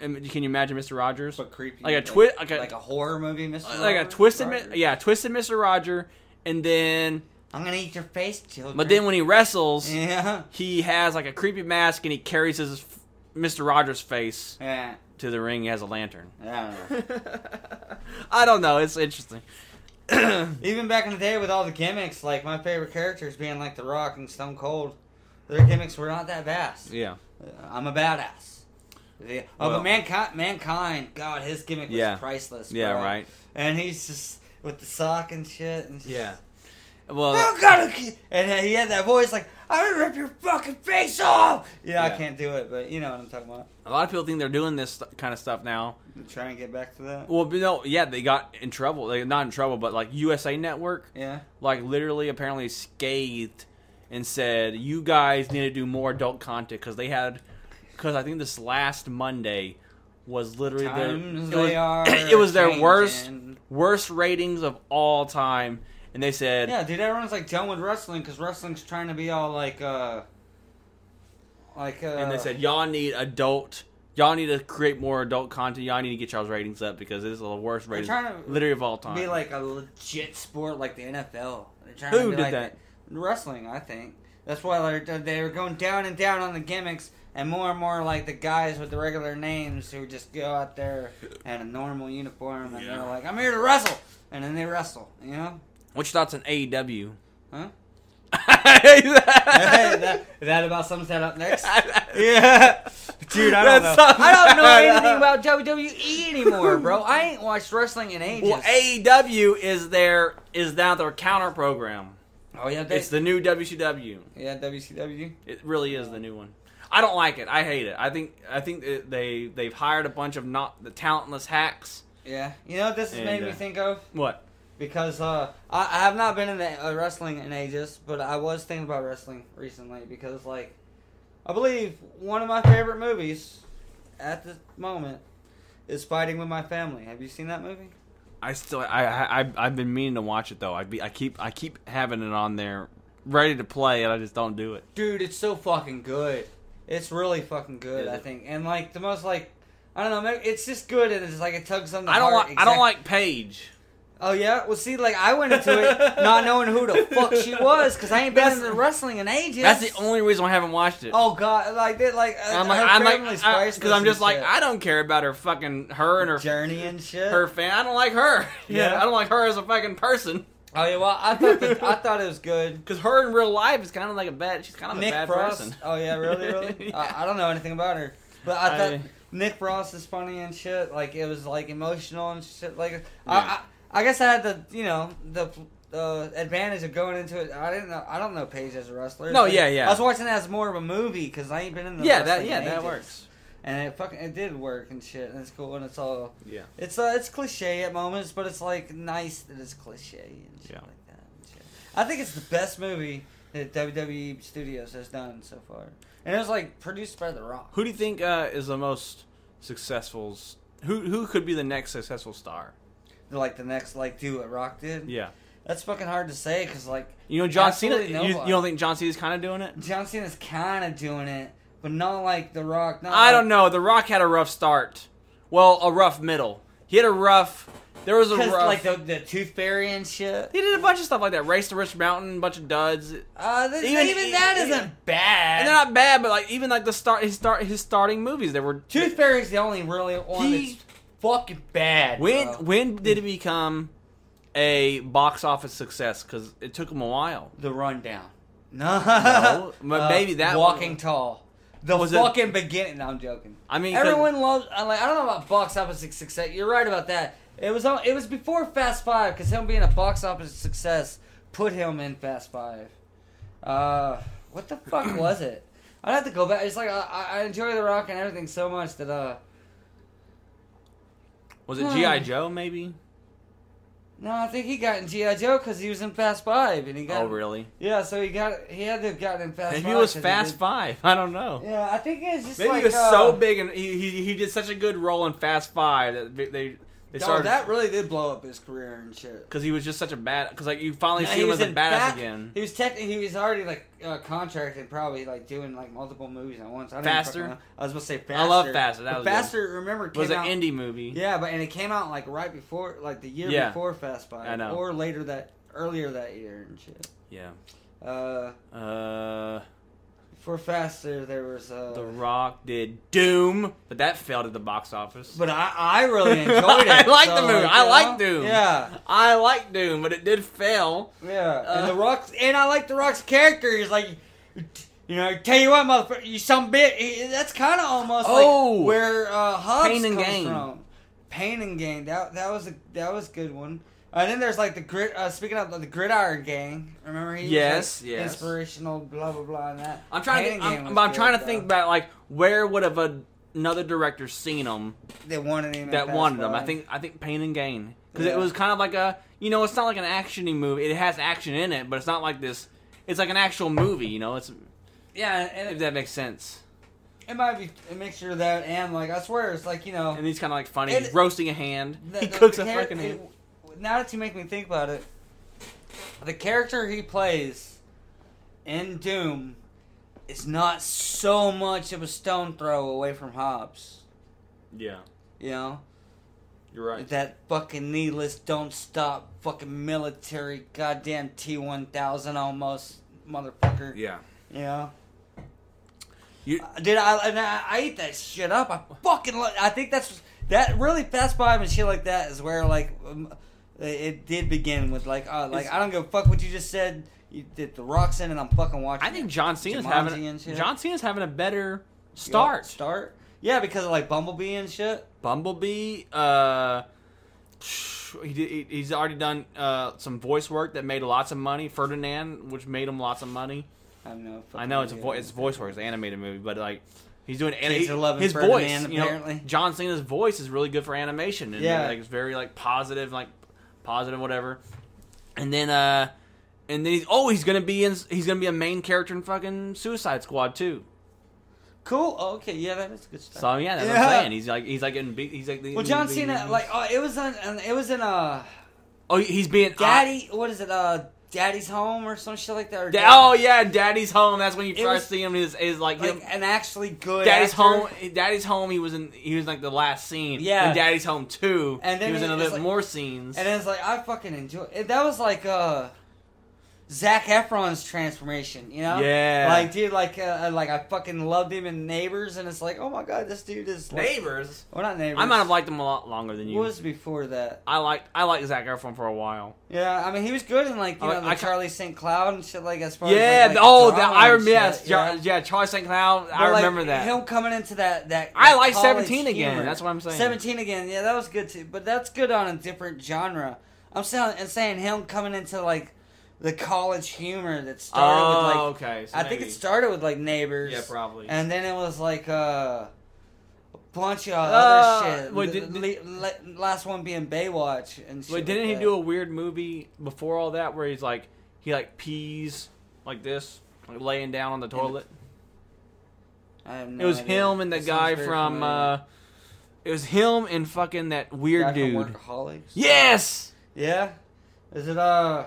D: and Can you imagine Mr. Rogers?
E: But creepy.
D: Like a twi- like a-
E: like a horror movie, Mr.
D: like a
E: Rogers?
D: twisted, mi-
E: Rogers.
D: yeah, twisted Mr. Roger, and then,
E: I'm gonna eat your face, children.
D: but then when he wrestles,
E: yeah,
D: he has like a creepy mask and he carries his f- Mr. Rogers face
E: yeah,
D: to the ring as a lantern.
E: I don't know.
D: I don't know. It's interesting.
E: Even back in the day with all the gimmicks, like my favorite characters being like The Rock and Stone Cold, their gimmicks were not that vast.
D: Yeah.
E: Uh, I'm a badass. Yeah. Oh,
D: Well-
E: but mankind, mankind, God, his gimmick was
D: Yeah.
E: priceless.
D: Yeah,
E: bro.
D: right.
E: And he's just with the sock and shit. And just,
D: Well,
E: Oh God! okay. And he had that voice like, "I'm gonna rip your fucking face off." yeah,
D: Yeah.
E: I can't do it, but you know what I'm talking about.
D: a lot of people think they're doing this st- kind of stuff now.
E: Try and get back to that.
D: Well, you know, yeah, they got in trouble. They not in trouble, but like USA Network,
E: Yeah.
D: like literally apparently scathed and said, "You guys need to do more adult content because they had because I think this last Monday was literally their,
E: Times
D: it was,
E: they are
D: it was their worst
E: changing.
D: worst ratings of all time." And they said,
E: Yeah, dude, everyone's like done with wrestling because wrestling's trying to be all like, uh, like, uh,
D: and they said, "Y'all need adult." Y'all need to create more adult content. Y'all need to get y'all's ratings up because this is the worst ratings,
E: trying to
D: literally of all time.
E: be like a legit sport like the NFL. They're trying
D: Who
E: to be
D: did
E: like
D: that?
E: Wrestling, I think. That's why they're they're going down and down on the gimmicks, and more and more like the guys with the regular names who just go out there in a normal uniform and
D: Yeah.
E: they're like, "I'm here to wrestle," and then they wrestle, you know?
D: What's your thoughts on E AEW? yeah.
E: Huh? that, that about sums that up next. Dude, I don't know. I don't know anything about WWE anymore, bro. I ain't watched wrestling in ages.
D: Well, AEW is their is now their counter program.
E: oh yeah, they,
D: It's the new WCW.
E: yeah WCW.
D: It really is the new one. I don't like it. I hate it. I think I think that they they've hired a bunch of not the talentless hacks.
E: Yeah, you know what this has made
D: And,
E: me
D: uh,
E: think of
D: What?
E: because uh, I, I have not been in the, uh, wrestling in ages, but I was thinking about wrestling recently because like I believe one of my favorite movies at the moment is Fighting with My Family. Have you seen that movie?
D: I still I I I've- I've been meaning to watch it though. I be I keep I keep having it on there ready to play and I just don't do it.
E: Dude, it's so fucking good. It's really fucking good,
D: Is
E: I
D: it?
E: think. And like the most like I don't know, maybe it's just good and it's like it tugs on the
D: I don't
E: heart.
D: like I don't
E: exact-
D: like Paige.
E: Oh yeah, well see, like I went into it not knowing who the fuck she was because I ain't been
D: That's-
E: into wrestling in ages.
D: That's the only reason I haven't watched it.
E: Oh god, like that, like uh,
D: I'm
E: her
D: like, I'm
E: family's
D: like, I-
E: priceless
D: because I'm just
E: and
D: like,
E: shit.
D: I don't care about her fucking her and her
E: journey and shit.
D: her fan. I don't like her. Yeah,
E: Yeah.
D: I don't like her as a fucking person.
E: Oh yeah, well I thought that, I thought it was good.
D: Because her in real life is kind of like a bad. She's kind of
E: Nick
D: a bad
E: Frost.
D: person.
E: Oh yeah, really, really.
D: Yeah.
E: I, I don't know anything about her, but I thought
D: I-
E: Nick Frost is funny and shit. Like it was like emotional and shit. Like
D: Yeah.
E: I, I, I guess I had the you know the uh, advantage of going into it. I didn't know. I don't know Paige as a wrestler.
D: No,
E: but
D: yeah, yeah.
E: I was watching that as more of a movie because I ain't been in the
D: yeah, that
E: wrestling
D: yeah
E: in
D: that
E: ages.
D: works.
E: And it fucking it did work and shit. And it's cool and it's all
D: Yeah.
E: it's uh, it's cliche at moments, but it's like nice that it's cliche and shit
D: Yeah.
E: like that. And shit. I think it's the best movie that WWE Studios has done so far, and it was like produced by The Rock.
D: Who do you think uh, is the most successful? s- Who who could be the next successful star?
E: Like the next, like do what Rock did.
D: Yeah.
E: that's fucking hard to say because like
D: You know John
E: Absolutely
D: Cena. You,
E: nobody.
D: you don't think John Cena's kind of doing it?
E: John Cena's kind of doing it, but not like The Rock. Not
D: I
E: like-
D: don't know. The Rock had a rough start. Well, a rough middle. He had a rough. There was a
E: 'cause,
D: rough.
E: like the, the Tooth Fairy and shit.
D: he did a bunch of stuff like that. Race to Rich Mountain, bunch of duds.
E: Uh, this,
D: Even-
E: even, that
D: even-
E: isn't bad.
D: And they're not bad, but like even like the start his start his starting movies, they were
E: Tooth Fairy's the only really one
D: He-
E: that's fucking bad.
D: When
E: bro.
D: when did it become a box office success? Because it took him a while.
E: The Rundown. No,
D: No, but maybe that
E: Walking
D: one-
E: Tall. The
D: Was it-
E: fucking beginning. No, I'm joking.
D: I mean, 'cause-
E: everyone loves. I Like I don't know about box office success. You're right about that. It was on, it was before Fast Five because him being a box office success put him in Fast Five. Uh, what the fuck was it? I'd have to go back. It's like I- I, I enjoy The Rock and everything so much that uh,
D: Was it
E: Hmm.
D: GI Joe? Maybe.
E: no, I think he got in GI Joe because he was in Fast Five and he got.
D: Oh really?
E: Yeah, so he got he had to have gotten in Fast
D: Maybe
E: Five.
D: it was
E: 'cause he
D: Fast
E: did-
D: Five. I don't know.
E: Yeah, I think it's just
D: Maybe
E: like
D: he was
E: uh,
D: so big and he, he he did such a good role in Fast Five that they they It
E: Dog,
D: started
E: that really did blow up his career and shit.
D: because he was just such a bad. Because like you finally
E: Now,
D: see him as a badass
E: in Fast-
D: again.
E: He was technically he was already like uh, contracted, probably like doing like multiple movies at once. I don't even
D: Faster?
E: fucking know. I was gonna say faster.
D: I love Faster, that
E: But
D: was good.
E: faster. Remember,
D: It
E: came
D: was an
E: out,
D: indie movie.
E: Yeah, but and it came out like right before, like the year
D: Yeah.
E: before Fast Five,
D: I know.
E: or later that earlier that year and shit.
D: Yeah.
E: Uh,
D: Uh,
E: before Faster, there was uh,
D: The Rock did Doom, but that failed at the box office.
E: but I I really enjoyed it.
D: I like the
E: so,
D: movie.
E: like,
D: I
E: you
D: like
E: know?
D: Doom.
E: Yeah.
D: I like Doom, but it did fail.
E: Yeah,
D: Uh,
E: and the Rock's, and I like the Rock's character. He's like, you know, tell you what, motherfucker, you some bit. That's kind of almost
D: Oh!
E: like where uh, Hobbs
D: Pain and
E: comes
D: Gain.
E: from. Pain and Gain. That that was a that was a good one. And then there's like the grit. Uh, speaking of the Gridiron Gang, remember he? was,
D: Yes,
E: like,
D: yes.
E: Inspirational, blah blah blah, and that.
D: I'm trying to.
E: Pain
D: Think,
E: and Gain
D: I'm,
E: was
D: but I'm
E: good,
D: trying to
E: though.
D: think about like where would have a, another director seen him
E: They wanted him. in
D: that
E: Fast
D: wanted him. I
E: Five.
D: think. I think Pain and Gain because
E: Yeah.
D: it was kind of like a. You know, it's not like an actiony movie. It has action in it, but it's not like this. It's like an actual movie. You know, it's
E: Yeah,
D: if
E: and it,
D: that makes sense.
E: it might be a mixture of that and like I swear it's like you know.
D: And he's kind of like funny.
E: And-
D: he's roasting a hand.
E: The-
D: he
E: the-
D: cooks
E: the
D: a
E: char-
D: freaking
E: it-
D: hand.
E: now that you make me think about it, the character he plays in Doom is not so much of a stone throw away from Hobbs.
D: Yeah,
E: You know
D: you're right.
E: that fucking needless, don't stop, fucking military, goddamn T one thousand almost motherfucker.
D: Yeah.
E: You know.
D: You-
E: Uh, Dude, I, and I I ate that shit up. I fucking. Lo- I think that's that really fast five and shit like that is where like um, it- it did begin with like uh, like
D: It's-
E: I don't give a fuck what you just said. You did the rocks in and I'm fucking watching.
D: I think
E: it.
D: John Cena's
E: Jumanji
D: having
E: and shit.
D: John Cena's having a better
E: You know,
D: start.
E: start. Yeah, because of like Bumblebee and shit.
D: Bumblebee. Uh, he did, he, he's already done uh, some voice work that made lots of money. Ferdinand, which made him lots of money.
E: I don't know.
D: I know it's a vo- it's voice work, it's an animated movie, but like he's doing an-
E: Kids are loving
D: his
E: Ferdinand,
D: voice. You know,
E: apparently.
D: John Cena's voice is really good for animation. And
E: Yeah.
D: like it's very like positive, like positive whatever. And then uh, and then he's oh he's gonna be in he's gonna be a main character in fucking Suicide Squad too.
E: Cool. Oh, okay. Yeah, that is a good start.
D: So yeah, that's what
E: Yeah.
D: I'm saying. He's like he's like getting big. He's like the-
E: Well, John
D: the-
E: Cena, like, uh, it was on, on- it was in uh,
D: oh he's being
E: Daddy, what is it, uh, Daddy's Home or some shit like that. Or
D: Da- oh yeah, Daddy's home. That's when you
E: It
D: first
E: was-
D: see him. Is is like,
E: like
D: him.
E: an actually good
D: Daddy's
E: actor.
D: home. Daddy's home. He was in. He was in, like the last scene.
E: Yeah.
D: And Daddy's home too.
E: And then
D: he was in a
E: it's
D: little
E: like-
D: more scenes.
E: and it's like I fucking enjoy. It, that was like uh, Zach Efron's transformation, you know?
D: Yeah.
E: Like, dude, like, uh, like I fucking loved him in Neighbors, and it's like, oh my god, this dude is like,
D: neighbors.
E: Well, not Neighbors.
D: I might have liked him a lot longer than you.
E: What was before that?
D: I liked. I liked Zach Efron for a while.
E: Yeah, I mean, he was good in like you
D: I-
E: know, the
D: I-
E: Charlie St. Cloud and shit like as far
D: Yeah.
E: as like, like,
D: oh,
E: drama
D: that I
E: and
D: remember. Yes.
E: shit,
D: Yeah.
E: yeah.
D: yeah Charlie St. Cloud. I
E: But, like,
D: remember that.
E: him coming into that that.
D: I
E: that
D: like
E: college
D: 17 again,
E: humor.
D: that's what I'm saying.
E: Seventeen again, yeah, that was good too. But that's good on a different genre. I'm saying and saying him coming into like the college humor that started with like
D: oh, okay. So
E: I think
D: maybe.
E: it started with like neighbors.
D: Yeah, probably.
E: And then it was like uh, a bunch of
D: Uh,
E: other shit.
D: wait,
E: The-
D: did-
E: the le- last one being Baywatch and shit.
D: Wait, didn't
E: like
D: he
E: that.
D: do a weird movie before all that where he's like he like pees like this, like laying down on the toilet?
E: I have
D: It
E: no
D: was
E: idea.
D: him and the
E: That sounds
D: guy
E: very
D: from
E: familiar.
D: uh it was him and fucking that
E: Guy
D: weird
E: from
D: dude.
E: Workaholics.
D: Yes.
E: Yeah. Is it uh?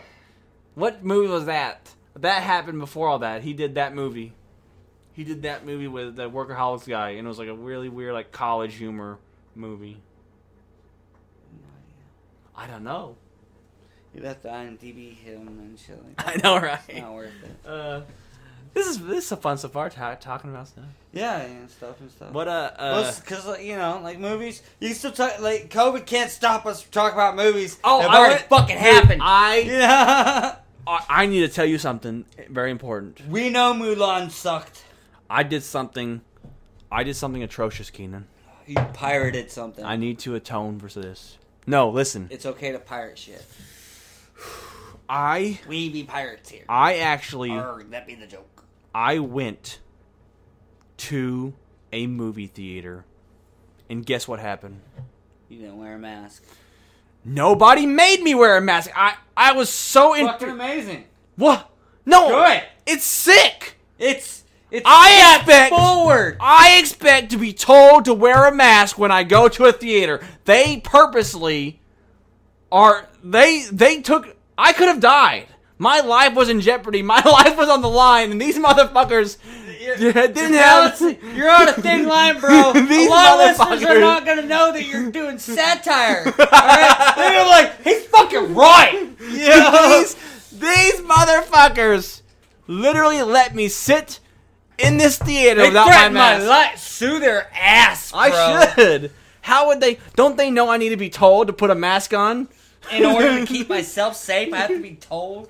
D: What movie was that? That happened before all that. He did that movie. He did that movie with the workaholics guy and it was like a really weird like college humor movie. I don't know.
E: You'd have to IMDb him and shit like that.
D: I know,
E: It's
D: right?
E: not worth it.
D: Uh, this is this is a fun stuff. Our ta- talking about stuff.
E: Yeah, and stuff and stuff.
D: But uh, uh
E: because like, you know, like movies, you can still talk. Like COVID can't stop us from talking about movies.
D: Oh,
E: that
D: I
E: already
D: went-
E: fucking
D: Dude,
E: happened.
D: I,
E: yeah,
D: I I need to tell you something very important.
E: we know Mulan sucked.
D: I did something. I did something atrocious, Keenan.
E: You pirated something.
D: I need to atone for this. No, listen.
E: it's okay to pirate shit.
D: I
E: We be pirates here.
D: I actually
E: Arr, that be the joke.
D: I went to a movie theater, and guess what happened?
E: You didn't wear a mask.
D: Nobody made me wear a mask. I I was so in.
E: Fucking amazing.
D: What? No.
E: Do it.
D: It's sick.
E: It's It's
D: I expect
E: forward.
D: I expect to be told to wear a mask when I go to a theater. They purposely are they they took I could have died. My life was in jeopardy. My life was on the line, and these motherfuckers didn't have.
E: You're on a thin line, bro.
D: These
E: a lot of listeners
D: motherfuckers.
E: are not gonna know that you're doing satire. All right? They're gonna be like, he's fucking right.
D: these, these motherfuckers literally let me sit in this theater
E: They
D: without my
E: threatened my
D: mask.
E: life. Sue their ass, bro.
D: I should. How would they? Don't they know I need to be told to put a mask on?
E: In order to keep myself safe, I have to be told.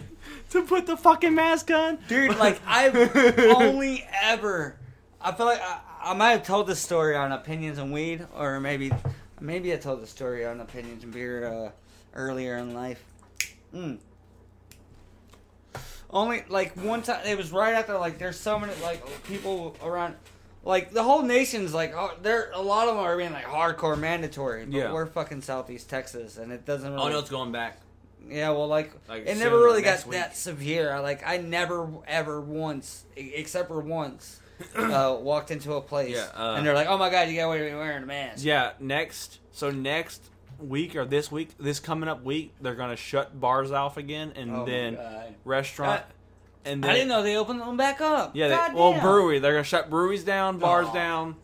D: To put the fucking mask on,
E: dude. Like I've only ever, I feel like I, I might have told this story on opinions and weed, or maybe, maybe I told the story on opinions and beer uh, earlier in life. Mm. Only like one time, it was right after like there's so many like people around. Like the whole nation's like, oh, there a lot of them are being like hardcore mandatory, but
D: Yeah.
E: we're fucking Southeast Texas, and it doesn't. Really,
D: going back.
E: yeah, well, like,
D: Like,
E: it
D: soon,
E: never really
D: next
E: got
D: week.
E: that severe. I, Like, I never ever once, e- except for once, uh, walked into a place
D: Yeah, uh,
E: and they're like, "Oh my god, you got to be wearing a mask."
D: Yeah, next. So next week or this week, this coming up week, they're gonna shut bars off again, and
E: Oh my
D: then
E: God.
D: restaurant,
E: Uh,
D: and then
E: I didn't know they opened them back up.
D: yeah, they,
E: God
D: well
E: damn.
D: brewery. They're gonna shut breweries down, bars
E: Aw.
D: down.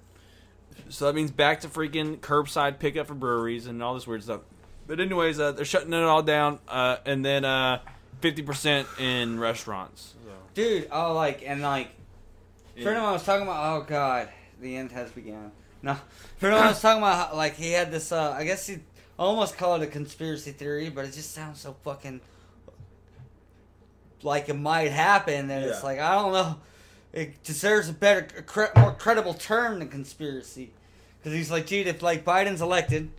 D: So that means back to freaking curbside pickup for breweries and all this weird stuff. But anyways, uh, they're shutting it all down, uh, and then uh fifty percent in restaurants.
E: dude. Oh, like and like, friend of mine was talking about. Oh god, the end has begun. No, friend of mine was talking about how, like he had this. Uh, I guess he almost call it a conspiracy theory, but it just sounds so fucking like it might happen. And it's
D: Yeah.
E: like I don't know. It deserves a better, a cre- more credible term than conspiracy, because he's like, dude, if like Biden's elected,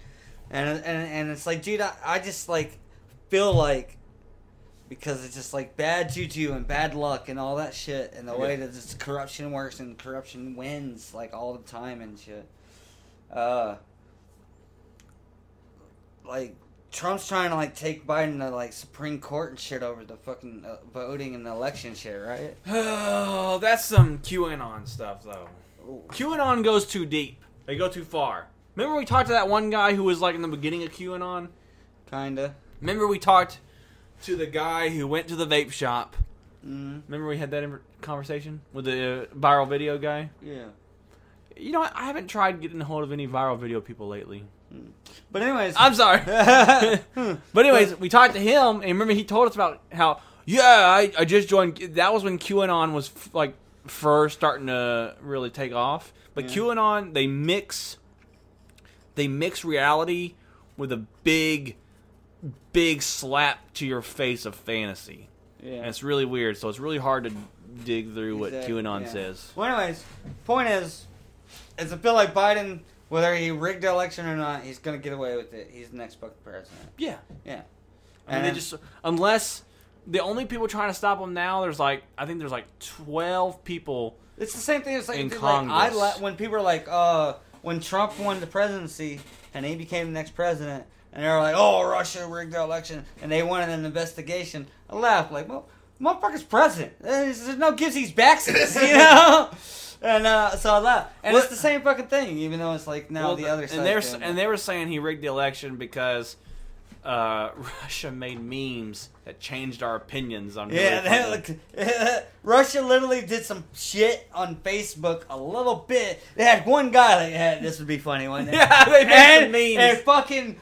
E: and and and it's like, dude, I, I just like feel like because it's just like bad juju and bad luck and all that shit and the way that this corruption works and corruption wins like all the time and shit. Uh, like Trump's trying to like take Biden to like Supreme Court and shit over the fucking uh, voting and election shit, right?
D: Oh, that's some QAnon stuff, though. QAnon goes too deep. They go too far. Remember we talked to that one guy who was like in the beginning of QAnon?
E: Kinda.
D: Remember we talked to the guy who went to the vape shop? Remember we had that in- conversation with the uh, viral video guy?
E: Yeah.
D: You know what? I haven't tried getting a hold of any viral video people lately.
E: But anyways,
D: I'm sorry. but anyways, we talked to him, and remember he told us about how yeah, I, I just joined. That was when QAnon was f- like first starting to really take off. But QAnon they mix they mix reality with a big big slap to your face of fantasy, and
E: yeah.
D: it's really weird. So it's really hard to dig through what
E: Exactly,
D: QAnon
E: yeah.
D: says.
E: Well, anyways, point is, it's a feel like Biden, whether he rigged the election or not, he's gonna get away with it. He's the next fucking president.
D: Yeah,
E: Yeah.
D: I mean, they just unless the only people trying to stop them now, there's like I think there's like twelve people.
E: It's the same thing. It's like,
D: In
E: dude, like, I
D: Congress.
E: la- when people are like, uh, when Trump won the presidency and he became the next president, and they're like, oh, Russia rigged the election, and they wanted an investigation. I laugh like, well, motherfucker's president. There's there's no gives he's backsies, you know. And uh, so I laugh, and it's
D: Well-
E: the same fucking thing, even though it's like now the other side.
D: and they're and they were saying he rigged the election because uh, Russia made memes that changed our opinions on.
E: yeah,
D: Hillary
E: that
D: Clinton.
E: looked- Russia literally did some shit on Facebook a little bit. They had one guy like, yeah, this would be funny one. day."
D: yeah, they
E: and,
D: made
E: and
D: some memes.
E: fucking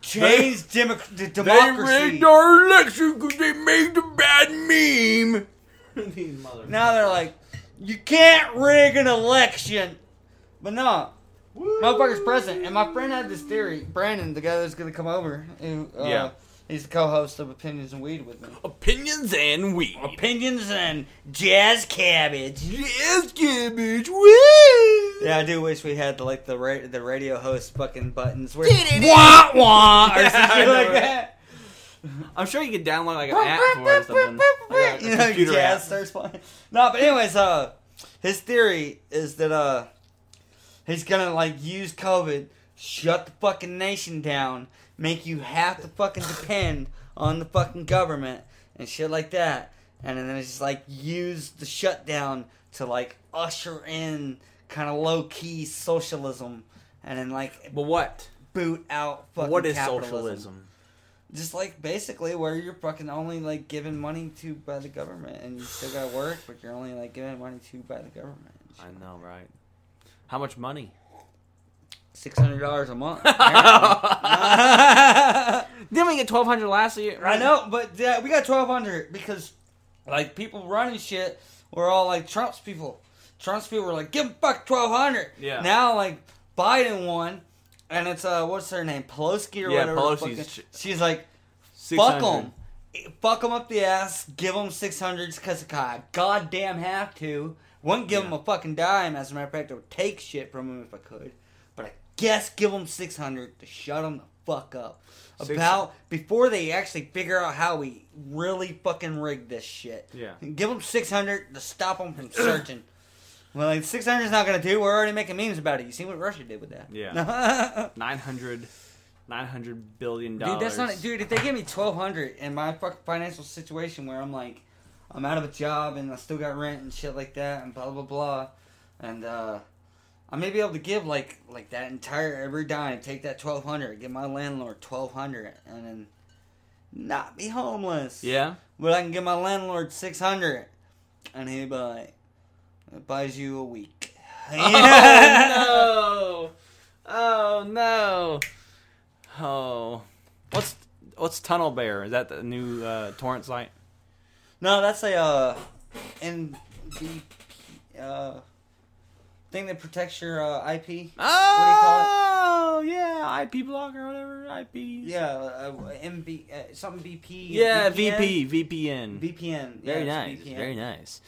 E: changed demo- the
D: They
E: democracy.
D: rigged our election because they made the bad meme. These motherfuckers.
E: now they're like, you can't rig an election. But no, motherfucker's president. And my friend had this theory. Brandon, the guy that's going to come over, who, uh,
D: Yeah.
E: he's the co-host of Opinions and Weed with me.
D: opinions and we.
E: Opinions and jazz cabbage.
D: Yes, cabbage. Woo!
E: Yeah, I do wish we had like the ra- the radio host fucking buttons. Where,
D: Wah wah. Or something
E: or something like
D: like that.
E: that.
D: I'm sure you could download like an app for it or something. Like a
E: you know,
D: computer
E: jazz
D: app.
E: starts playing. No, but anyways, uh, his theory is that uh, he's gonna like use COVID, shut the fucking nation down, make you have to fucking depend on the fucking government and shit like that, and then it's just like use the shutdown to like usher in kind of low key socialism, and then like
D: But what?
E: boot out fucking
D: What is
E: capitalism.
D: socialism?
E: Just like basically where you're fucking only like given money to by the government, and you still gotta work, but you're only like given money to by the government.
D: I know, right? How much money?
E: Six hundred dollars a month. apparently.
D: Didn't we get twelve hundred last year?
E: I know, but yeah, we got twelve hundred because like people running shit were all like Trump's people. Trump's people were like, give him fuck twelve hundred.
D: Yeah.
E: Now like Biden won, and it's uh what's her name Pelosi or
D: Yeah,
E: whatever.
D: Pelosi's
E: fucking-
D: ch-
E: she's like,
D: 600.
E: fuck them, fuck them up the ass, give them six hundreds because I goddamn have to. Wouldn't give them
D: Yeah.
E: a fucking dime. As a matter of fact, I would take shit from them if I could. But I guess give them six hundred to shut them the fuck up
D: Six-
E: about before they actually figure out how we really fucking rigged this shit.
D: Yeah.
E: Give them 600 to stop them from searching. well, like 600 is not going to do. We're already making memes about it. You see what Russia did with that? Yeah.
D: 900, 900 billion dollars.
E: dude, that's not dude, if they give me 1200 in my fucking financial situation where I'm like I'm out of a job and I still got rent and shit like that and blah blah blah and uh I may be able to give like like that entire every dime, take that 1200, give my landlord 1200 and then not be homeless.
D: Yeah.
E: But I can give my landlord six hundred, and he buy it buys you a week.
D: Oh no! Oh no! Oh, what's what's Tunnel Bear? Is that the new uh, torrent site?
E: No, that's a uh, NBP uh, thing that protects your uh, IP.
D: Oh, yeah, IP block or whatever IP.
E: Yeah, uh, MB uh, something BP.
D: yeah,
E: VPN?
D: VP, VPN.
E: VPN.
D: Very
E: yeah,
D: nice,
E: it's VPN.
D: very nice.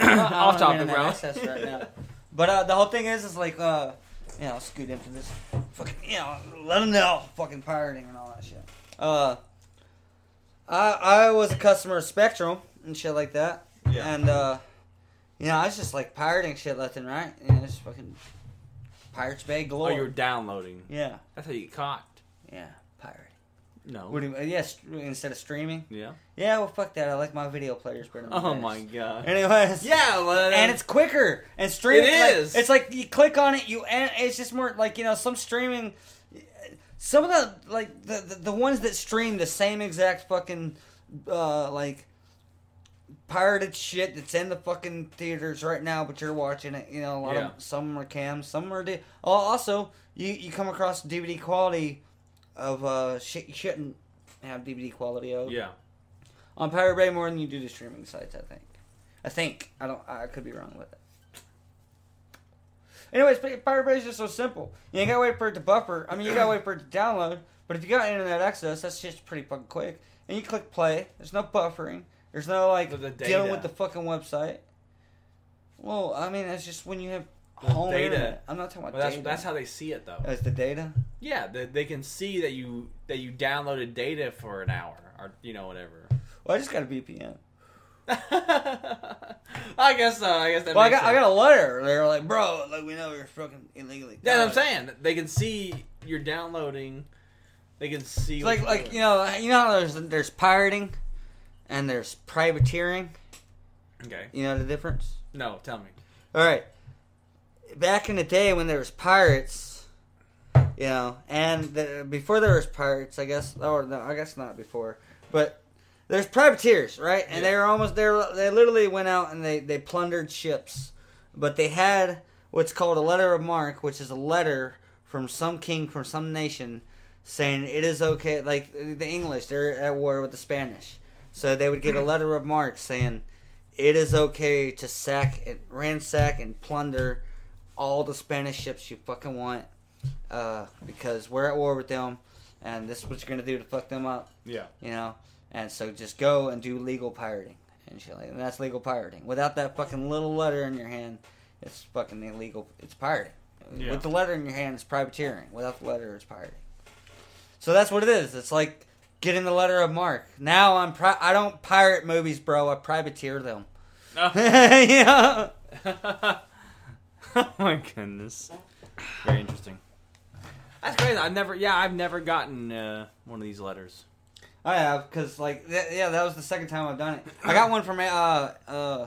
E: Well, I
D: Off
E: don't have
D: topic,
E: internet
D: bro.
E: Oh, access right now. But uh, the whole thing is, is like, uh, you know, scoot into this, fucking, you know, let them know, fucking pirating and all that shit. Uh, I I was a customer of Spectrum and shit like that,
D: Yeah.
E: and uh, you know, I was just like pirating shit left and right, and it's fucking Pirates Bay
D: Oh,
E: Glory.
D: you're downloading.
E: yeah,
D: That's how you get caught.
E: yeah, pirating.
D: No.
E: What do you, yeah, st- instead of streaming.
D: yeah.
E: Yeah, well, fuck that. I like my video players better. Than
D: Oh
E: this.
D: my god.
E: Anyways.
D: yeah, well,
E: and it's quicker and
D: um,
E: streaming.
D: It
E: like,
D: is.
E: it's like you click on it, you and it's just more like you know some streaming. Some of the like the the, the ones that stream the same exact fucking uh, like pirated shit that's in the fucking theaters right now, but you're watching it. You know, a lot
D: Yeah.
E: of some are cams, some are. D- oh, also, you you come across DVD quality of uh shit you shouldn't have DVD quality of
D: yeah.
E: on Pirate Bay more than you do to streaming sites. I think. I think I don't. I could be wrong with it. Anyways, Pi- Pirate Bay is just so simple. You ain't gotta wait for it to buffer. I mean, you gotta wait for it to download. But if you got internet access, that's just pretty fucking quick. And you click play. There's no buffering. There's no like
D: But the
E: dealing with
D: data.
E: the fucking website. Well, I mean, that's just when you have home
D: data.
E: internet. I'm not talking about
D: Well, that's
E: data.
D: that's how they see it though.
E: That's the data.
D: Yeah, they, they can see that you that you downloaded data for an hour or you know whatever.
E: Well, I just got a VPN.
D: I guess so. I guess that.
E: Well, I
D: makes
E: got I
D: sense.
E: got a letter. They're like, bro, like we know you're fucking illegally.
D: That's what I'm
E: downloading."
D: saying. They can see you're downloading. They can see.
E: It's like
D: what you're
E: like you
D: doing.
E: know you know how there's there's pirating and there's privateering.
D: Okay.
E: You know the difference.
D: No, tell me.
E: All right. Back in the day when there was pirates, you know, and the, before there was pirates, I guess, or no, I guess not before, but there's privateers, right? And they were almost they were, They literally went out and they they plundered ships, but they had what's called a letter of marque, which is a letter from some king from some nation saying it is okay. Like the English, they're at war with the Spanish, so they would get a letter of marque saying it is okay to sack and ransack and plunder all the Spanish ships you fucking want, uh, because we're at war with them, and this is what you're gonna do to fuck them up,
D: Yeah.
E: you know. And so just go and do legal pirating and shit like that. And that's legal pirating. Without that fucking little letter in your hand, it's fucking illegal. It's pirating.
D: Yeah.
E: With the letter in your hand, it's privateering. Without the letter, it's pirating. So that's what it is. It's like getting the letter of mark. Now I'm pri- I don't pirate movies, bro. I privateer them. yeah.
D: oh my goodness. Very interesting. That's crazy. I've never. Yeah, I've never gotten uh, one of these letters.
E: I have because like th- yeah, that was the second time I've done it. I got one from uh uh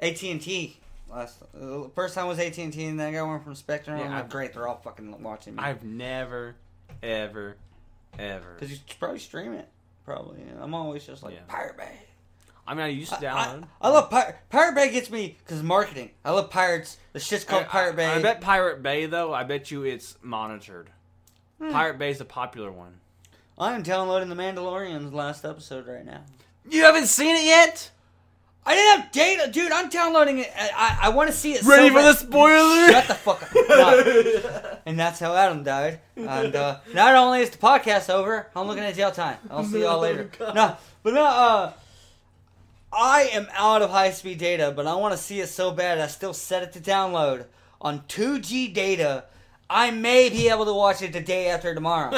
E: AT and T Last uh, first time was AT and T, and then I got one from Spectrum.
D: Yeah,
E: I'm
D: I-
E: like, great, they're all fucking watching me.
D: I've never, ever, ever.
E: Because you should probably stream it. Probably. And I'm always just like
D: Yeah.
E: Pirate Bay.
D: I mean, I used to
E: I- I,
D: download.
E: I love Pirate Pirate Bay gets me because marketing. I love pirates. The shit's called
D: I-
E: Pirate Bay.
D: I, I bet Pirate Bay though. I bet you it's monitored. Pirate Bay's the popular one.
E: I'm downloading The Mandalorian's last episode right now.
D: You haven't seen it yet.
E: I didn't have data, dude. I'm downloading it. I, I, I want to see it. so
D: Ready for the
E: bad.
D: spoiler?
E: Shut the fuck up. No. and that's how Adam died. And uh, not only is the podcast over, I'm looking at jail time. I'll see
D: Oh,
E: y'all later. No, but no, uh, I am out of high speed data, but I want to see it so bad I still set it to download on 2G data. I may be able to watch it the day after tomorrow.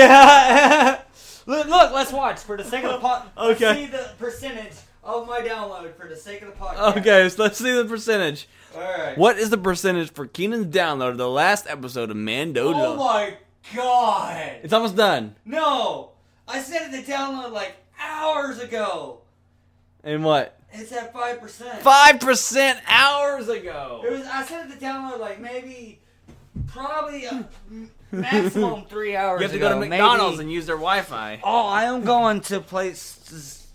E: yeah. look, look, let's watch for the sake of the pot.
D: Okay.
E: See the percentage of my download for the sake of the podcast.
D: Okay, so let's see the percentage.
E: All right.
D: What is the percentage for Keenan's download of the last episode of Mando?
E: Oh my god.
D: It's almost done.
E: No! I said it to download like hours ago!
D: And what?
E: It's at 5%.
D: Five percent hours
E: It
D: ago.
E: was, I said it to download like maybe, probably a m- maximum three hours
D: You have to
E: ago.
D: go to McDonald's
E: maybe.
D: and use their Wi-Fi.
E: Oh, I am going to place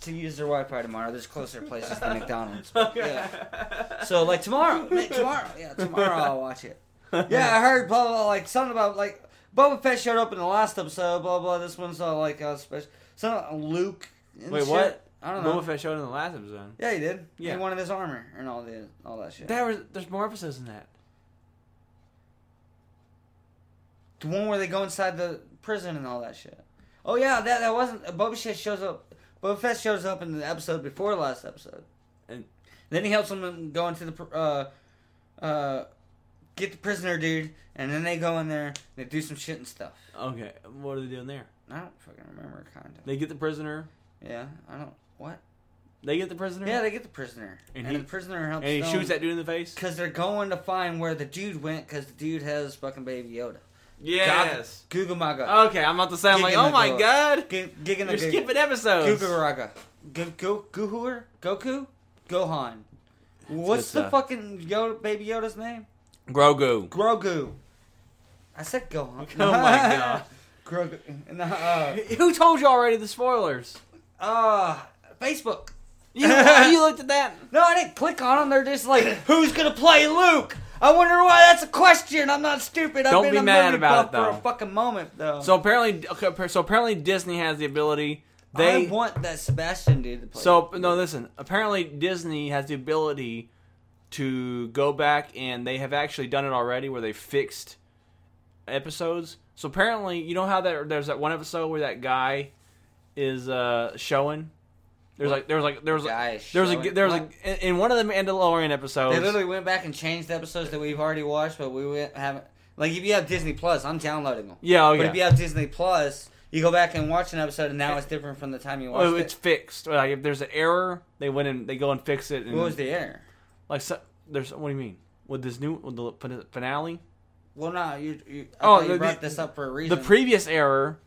E: to use their Wi Fi tomorrow. There's closer places than McDonald's. Yeah. So, like tomorrow. ma- Tomorrow. Yeah, tomorrow I'll watch it. Yeah, I heard blah, blah, blah, like something about, like, Boba Fett showed up in the last episode, blah, blah. This one's all like uh, special. Something about Luke. and
D: Wait,
E: shit.
D: what?
E: I don't know.
D: Boba Fett showed in the last episode.
E: Yeah, he did.
D: Yeah.
E: He wanted his armor and all the all that shit.
D: There was, there's more episodes than that.
E: the one where they go inside the prison and all that shit. Oh yeah, that that wasn't Boba Fett shows up. Boba Fett shows up in the episode before the last episode.
D: And
E: Then he helps them go into the pr- uh uh get the prisoner dude, and then they go in there. and They do some shit and stuff.
D: okay, what are they doing there?
E: I don't fucking remember kind of.
D: They get the prisoner.
E: Yeah, I don't. What?
D: They um, get the prisoner.
E: Yeah, they get the prisoner,
D: And
E: and,
D: he-
E: the prisoner helps.
D: and he shoots that dude in the face.
E: because they're going to find where the dude went because the dude has fucking baby Yoda. Google my god.
D: Okay, I'm about to say. I'm like, oh my god,
E: G- Gigging
D: Oh. you're
E: the Gig.
D: skipping episodes.
E: Gugaraga. Gu- Gu- Guhuer? Goku? Gohan. What's
D: good
E: the
D: stuff.
E: fucking Yoda, Baby Yoda's name?
D: Grogu.
E: Grogu. I said Gohan.
D: Oh my god.
E: Grogu. No, uh,
D: Who told you already the spoilers?
E: uh, Facebook.
D: You, you looked at that.
E: No, I didn't click on them. They're just like, who's gonna play Luke? I wonder why. That's a question. I'm not stupid. I've
D: Don't
E: been
D: be
E: a
D: mad
E: movie
D: about it,
E: buff For
D: though.
E: a fucking moment, though.
D: So apparently, okay, so apparently Disney has the ability.
E: they
D: They
E: I want that Sebastian dude to play.
D: so no, listen. Apparently, Disney has the ability to go back, and they have actually done it already, where they fixed episodes. So apparently, you know how that there's that one episode where that guy is uh showing. There's like there's like there's
E: Guy
D: like
E: is
D: there's a
E: showing?
D: there's
E: What?
D: a in in one of the Mandalorian episodes.
E: They literally went back and changed the episodes that we've already watched, but we went- haven't. Like, if you have Disney Plus, I'm downloading them.
D: yeah, oh
E: But if you
D: yeah.
E: have Disney Plus, you go back and watch an episode, and now it's different from the time you watched
D: Oh, it's
E: it.
D: fixed. Like if there's an error, they went and they go and fix it. And
E: What was the error?
D: Like, so, there's what do you mean with this new with the fin- finale?
E: Well, no, you. you I
D: Oh,
E: oh,
D: the-
E: you brought
D: the-
E: this up for a reason.
D: The previous error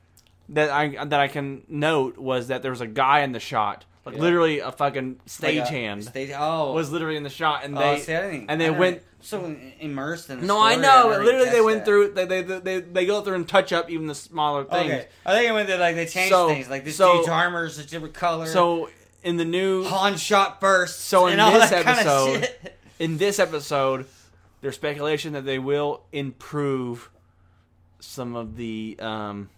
D: that I that I can note was that there was a guy in the shot, like
E: Yeah.
D: literally a fucking
E: Like a
D: stagehand
E: Stage. Oh,
D: was literally in the shot, and
E: oh,
D: they
E: see, I didn't-
D: and
E: I
D: they
E: never-
D: went.
E: so im- immersed in. the
D: No, I
E: story,
D: know.
E: never
D: literally, they
E: catch
D: went
E: that.
D: through. They, they they they go through and touch up even the smaller things.
E: Okay, I think it went there like they changed
D: So-
E: things. Like this
D: so-
E: dude's armor is a different color.
D: So in the new
E: Han shot first.
D: So in
E: and all
D: this
E: that kinda
D: episode-
E: shit.
D: in this episode, there's speculation that they will improve some of the um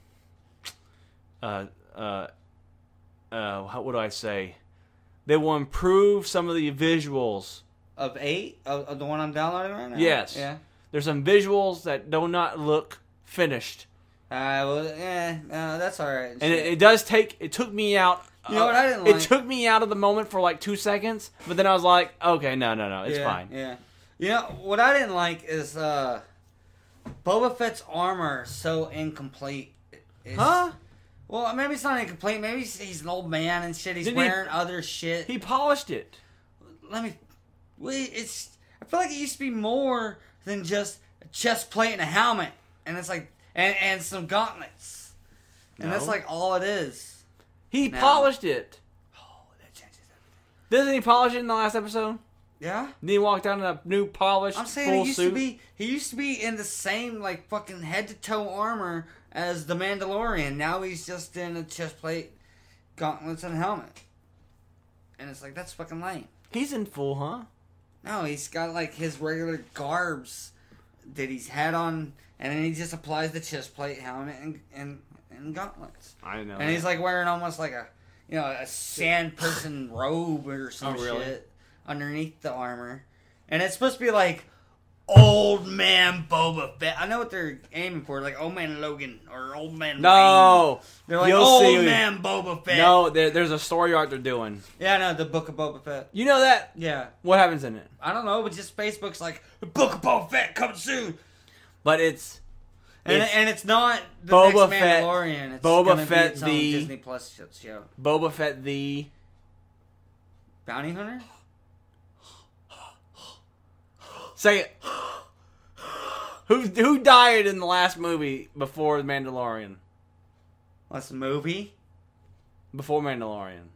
D: uh uh uh how what do I say? They will improve some of the visuals.
E: of eight of, of the one I'm downloading right now.
D: Yes.
E: Yeah.
D: There's some visuals that do not look finished,
E: Uh, well, eh, uh, that's all right.
D: and it, it does take. It took me out.
E: You know what I didn't
D: It
E: like?
D: took me out of the moment for like two seconds, but then I was like, okay, no, no, no, it's
E: yeah,
D: fine.
E: Yeah. You know what I didn't like is uh, Boba Fett's armor so incomplete. It's-
D: Huh?
E: Well, maybe it's not incomplete. Maybe he's, he's an old man and shit. He's
D: Didn't he-
E: wearing other shit.
D: He polished it.
E: Let me. Wait, it's. I feel like it used to be more than just a chest plate and a helmet, and it's like and and some gauntlets, and that's
D: No.
E: like all it is.
D: He
E: No.
D: polished it.
E: Oh, that changes everything.
D: Doesn't he polish it in the last episode?
E: Yeah.
D: Then he walked out in a new polished
E: I'm saying
D: full
E: he used
D: suit.
E: to be he used to be in the same like fucking head to toe armor as the Mandalorian. Now he's just in a chest plate, gauntlets and helmet. And it's like that's fucking lame.
D: He's in full, huh?
E: No, he's got like his regular garbs that he's had on and then he just applies the chest plate, helmet and and, and gauntlets.
D: I know.
E: And he's like wearing almost like a you know, a sand person robe or some
D: Oh, really?
E: shit underneath the armor. And it's supposed to be like old man Boba Fett. I know what they're aiming for, like old man Logan or old man Rain.
D: no,
E: They're like
D: You'll
E: old
D: see.
E: man Boba Fett.
D: no. There, there's a story arc they're doing.
E: Yeah, no, the book of Boba Fett.
D: You know that?
E: Yeah.
D: What happens in it?
E: I don't know, but just Facebook's like the book of Boba Fett coming soon.
D: But it's
E: And
D: It's
E: it's, and it's not the
D: Boba
E: next
D: Fett-
E: Mandalorian. It's
D: Boba
E: gonna be
D: Fett
E: its own
D: the-
E: Disney Plus sh- show.
D: Boba Fett the
E: Bounty Hunter?
D: say it. Who who died in the last movie before the Mandalorian?
E: That's a movie,
D: Before Mandalorian.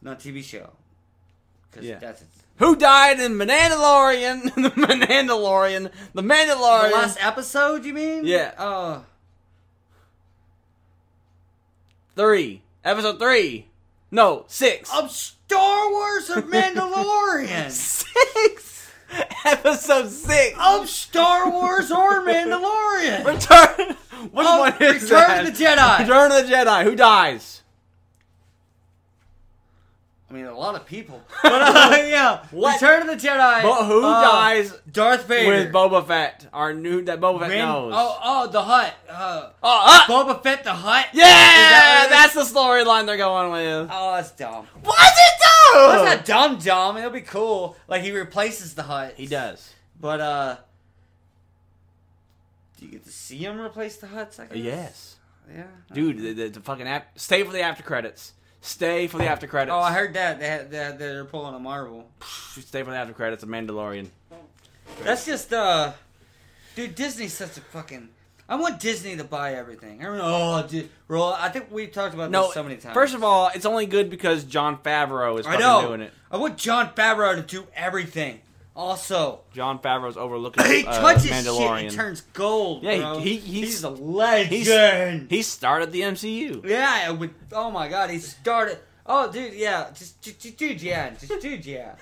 E: not TV show. 'Cause
D: Yeah.
E: that's it.
D: Who died in Mandalorian? the Mandalorian. The Mandalorian.
E: The last episode, you mean?
D: Yeah.
E: Oh,
D: three. Episode three. No, six.
E: of Star Wars of Mandalorian.
D: Six. Episode six.
E: of Star Wars or Mandalorian.
D: Return. Which
E: Of
D: one is
E: Oh, Return
D: that?
E: of the Jedi.
D: Return of the Jedi. Who dies?
E: I mean, a lot of people. But uh, yeah,
D: What?
E: Return of the Jedi.
D: But who
E: uh,
D: dies
E: Darth Vader.
D: with Boba Fett? Our new that Boba Fett
E: Ren-
D: knows.
E: Oh, oh, the Hut. Uh,
D: Oh, uh,
E: Boba Fett the Hut.
D: yeah,
E: Is that what it is?
D: that's the storyline they're going with.
E: Oh, that's dumb.
D: What's it do?
E: That's not dumb, dumb. It'll be cool. Like he replaces the Hut.
D: He does.
E: But uh, do you get to see him replace the Huts? I guess.
D: Yes,
E: Yeah.
D: dude. The, the, the fucking ap- stay for the after credits. Stay for the after credits.
E: Oh, I heard that they had, they they're pulling a Marvel.
D: Stay for the after credits of Mandalorian.
E: That's just uh, dude. Disney's such a fucking. I want Disney to buy everything. I mean, oh, dude, roll. I think we've talked about
D: No,
E: this so many times.
D: First of all, it's only good because John Favreau is
E: I
D: fucking
E: know.
D: doing it.
E: I want John Favreau to do everything. Also,
D: John Favreau's overlooking
E: he
D: uh,
E: touches
D: Mandalorian.
E: shit, he turns gold.
D: Yeah, he-
E: bro.
D: he- he's-
E: a legend.
D: He's- he started the MCU.
E: Yeah, with oh my god, he started. Oh, dude, yeah, just, ju- ju- dude, yeah, just dude, yeah.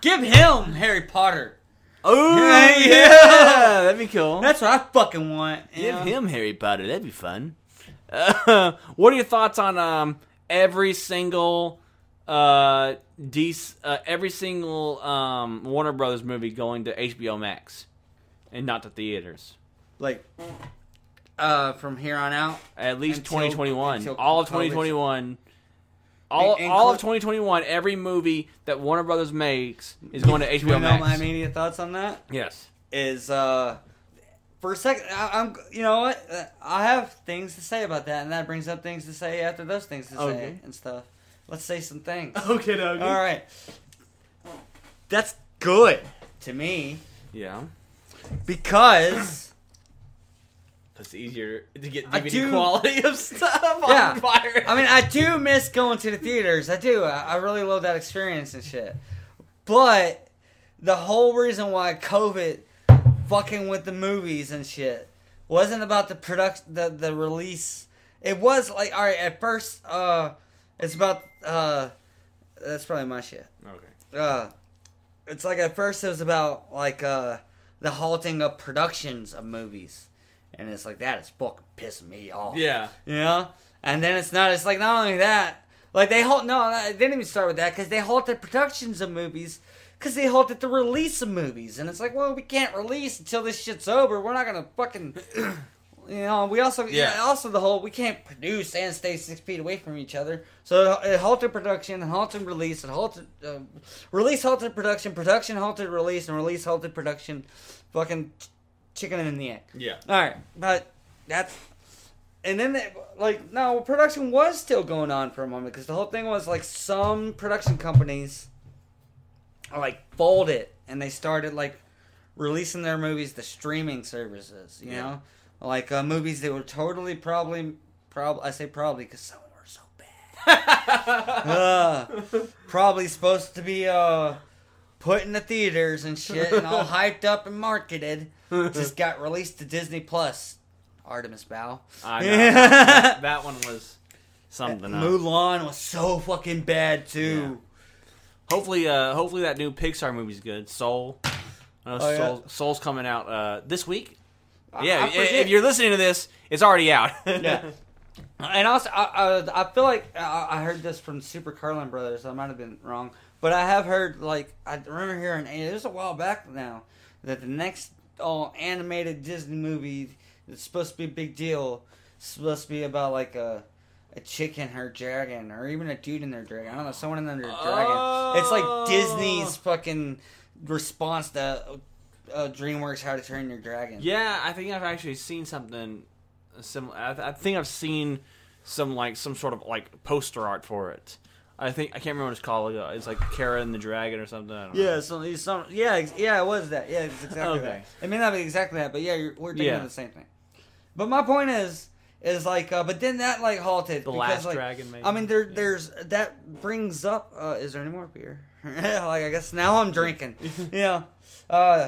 E: Give him Harry Potter.
D: Oh
E: Yeah,
D: yeah,
E: yeah.
D: that'd be cool.
E: That's what I fucking want. you
D: Give
E: know?
D: him Harry Potter. That'd be fun. Uh, what are your thoughts on um every single uh, dec- uh every single um Warner Brothers movie going to HBO Max and not to theaters?
E: like, uh, from here on out.
D: At least
E: Until-
D: 2021,
E: until
D: all of
E: COVID.
D: 2021. All,
E: And- and
D: all of
E: cl-
D: 2021, every movie that Warner Brothers makes is going to HBO
E: you know
D: Max.
E: my immediate thoughts on that
D: Yes.
E: is uh, for a second, I, I'm you know what Uh, I have things to say about that, and that brings up things to say after those things to
D: Okay.
E: say and stuff. Let's say some things.
D: Okay, okay.
E: All right. That's good to me
D: Yeah.
E: because
D: It's easier to get
E: I
D: DVD
E: do-
D: quality of stuff
E: Yeah.
D: on fire.
E: I mean I do miss going to the theaters. I do. I, I really love that experience and shit. But the whole reason why COVID fucking with the movies and shit wasn't about the product the the release. It was like all right at first. Uh, it's about uh, that's probably my shit.
D: okay.
E: uh it's like at first it was about like uh the halting of productions of movies and it's like that is fucking pissing me off
D: Yeah.
E: you know and then it's not it's like not only that like they halt no i didn't even start with that because they halted productions of movies because they halted the release of movies and it's like well we can't release until this shit's over we're not gonna fucking you know we also yeah.
D: Yeah.
E: also the whole we can't produce and stay six feet away from each other so it halted production and halted release and halted uh, release halted production production halted release and release halted production fucking ch- chicken in the egg
D: Yeah.
E: all right, but that's and then they, like no production was still going on for a moment because the whole thing was like some production companies like folded and they started like releasing their movies to streaming services. You
D: Yeah.
E: know, like uh, movies that were totally probably probably I say probably because some were so bad. uh, probably supposed to be uh, put in the theaters and shit and all hyped up and marketed. Just got released to Disney Plus. Artemis Bow.
D: I know. that, that one was
E: Uh,
D: something. else.
E: Mulan was so fucking bad too.
D: Hopefully, uh, hopefully that new Pixar movie's good. Soul. I know
E: Oh, yeah.
D: Soul Soul's coming out uh, this week.
E: I-
D: yeah,
E: I
D: i-
E: forget.
D: if you're listening to this, it's already out.
E: Yeah. And also, I, I, I feel like I, I heard this from Super Carlin Brothers. I might have been wrong, but I have heard like I remember hearing and it was a while back now that the next all animated Disney movie that's supposed to be a big deal is supposed to be about like a a chick and her dragon, or even a dude and their dragon. I don't know, someone in their dragon. It's
D: Oh.
E: like Disney's fucking response to uh, DreamWorks How to Train Your Dragon.
D: yeah, I think I've actually seen something similar. I, th- I think I've seen some like some sort of like poster art for it. I think I can't remember what it's called. uh, It's like Kara and the Dragon or something. I don't know.
E: Yeah, so these some yeah, ex- yeah, it was that. Yeah, it's exactly
D: Okay.
E: that. It may not be exactly that, but yeah, you're, we're thinking
D: Yeah.
E: of the same thing. But my point is, is like, uh, but then that like halted.
D: The
E: because,
D: Last
E: like,
D: Dragon, maybe?
E: I mean, there, there's that brings up. Uh, is there any more beer? like, I guess now I'm drinking. you know, uh,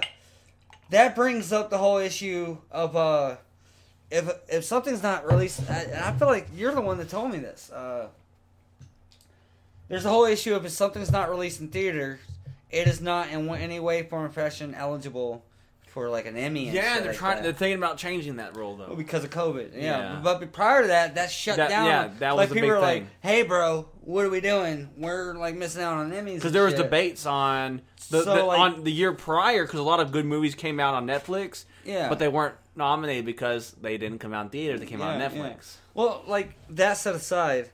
E: that brings up the whole issue of uh, if if something's not released. I, and I feel like you're the one that told me this. Uh, there's the whole issue of if something's not released in theaters, it is not in any way, form, or fashion eligible for like an Emmy. And
D: yeah.
E: shit
D: They're
E: like
D: trying.
E: that.
D: They're thinking about changing that rule though.
E: Well, because of COVID.
D: Yeah.
E: Yeah. But prior to that, that shut
D: That-
E: down.
D: yeah, that
E: like
D: was a
E: people
D: big
E: are like,
D: thing.
E: "Hey, bro, what are we doing? We're like missing out on Emmys."
D: because
E: and
D: there was
E: shit."
D: debates on the,
E: So,
D: the-
E: like-
D: on the year prior because a lot of good movies came out on Netflix.
E: Yeah.
D: but they weren't nominated because they didn't come out in theaters. They came out
E: Yeah,
D: on
E: yeah.
D: Netflix.
E: Well, like that set aside.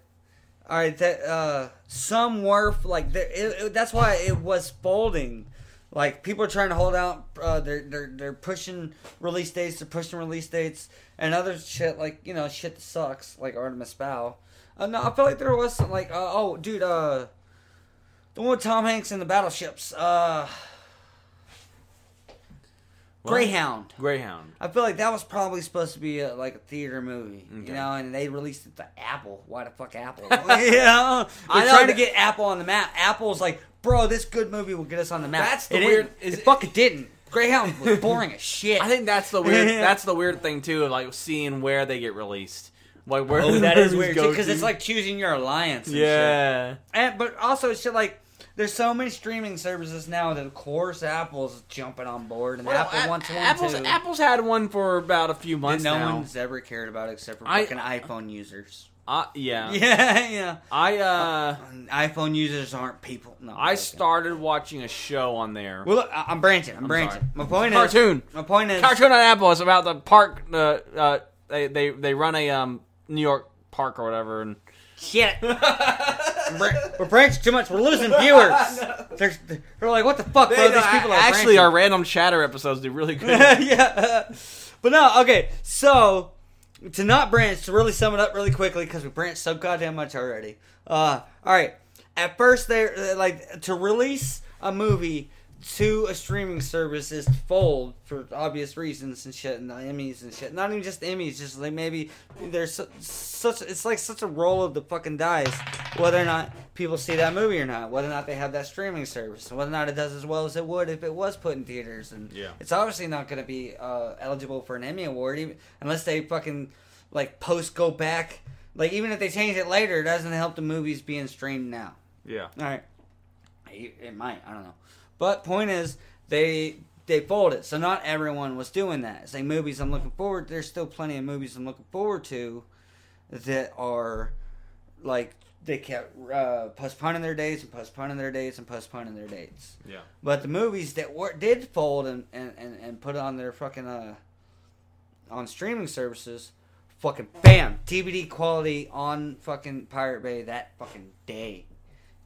E: All right, that uh, some were f- like there, it, it, that's why it was folding. Like people are trying to hold out. Uh, they're they're they're pushing release dates. They're pushing release dates and other shit like you know shit that sucks like Artemis Fowl. Uh, no, I feel like there was some like uh, oh dude uh the one with Tom Hanks and the battleships uh Greyhound.
D: Greyhound.
E: I feel like that was probably supposed to be a, like a theater movie,
D: Okay.
E: you know, and they released it to Apple. Why the fuck Apple? yeah,
D: I
E: I'm
D: know
E: trying to
D: that-
E: get Apple on the map. Apple's like, bro, this good movie will get us on the map.
D: That's the
E: It
D: weird-
E: didn't.
D: is
E: it
D: it-
E: fucking didn't. Greyhound was boring as shit.
D: I think that's the weird.
E: Yeah.
D: That's the weird thing too, of like seeing where they get released. Like where
E: oh,
D: the
E: that is
D: movies
E: weird
D: go
E: because
D: to.
E: it's like choosing your alliance. And shit.
D: yeah.
E: and, but also it's shit like. There's so many streaming services now that of course Apple's jumping on board and Apple
D: A-
E: wants one
D: Apple's
E: too.
D: Apple's had one for about a few
E: and
D: months
E: no
D: now.
E: one's ever cared about it except for
D: I-
E: fucking iPhone users.
D: Uh, yeah.
E: Yeah, yeah.
D: I uh
E: iPhone users aren't people. No,
D: I
E: okay.
D: started watching a show on there.
E: Well, look, I- I'm branching. I'm, branching.
D: sorry.
E: My point is
D: Cartoon.
E: My point is
D: Cartoon on Apple is about the park. Uh, uh, they they they run a um New York park or whatever, and
E: Shit. Bra- we're branching too much. We're losing viewers. they're, they're like, what the fuck, bro? These people are
D: actually
E: branching.
D: our random chatter episodes do really good.
E: yeah. But no, okay. So to not branch, to really sum it up really quickly, because we branched so goddamn much already. Uh, all right. At first, they're uh, like to release a movie to a streaming service is fold for obvious reasons and shit, and the Emmys and shit. Not even just the Emmys, just like maybe there's su- such it's like such a roll of the fucking dice whether or not people see that movie or not, whether or not they have that streaming service, and whether or not it does as well as it would if it was put in theaters. And
D: Yeah.
E: it's obviously not going to be uh, eligible for an Emmy award even, unless they fucking like post go back. Like even if they change it later, it doesn't help the movies being streamed now.
D: yeah.
E: All right. It it might. I don't know. But point is, they they folded. So not everyone was doing that. It's like movies I'm looking forward. There's still plenty of movies I'm looking forward to that are like they kept uh, postponing their dates and postponing their dates and postponing their dates.
D: Yeah.
E: But the movies that were, did fold and, and, and, and put on their fucking uh, on streaming services, fucking bam, DVD quality on fucking Pirate Bay that fucking day.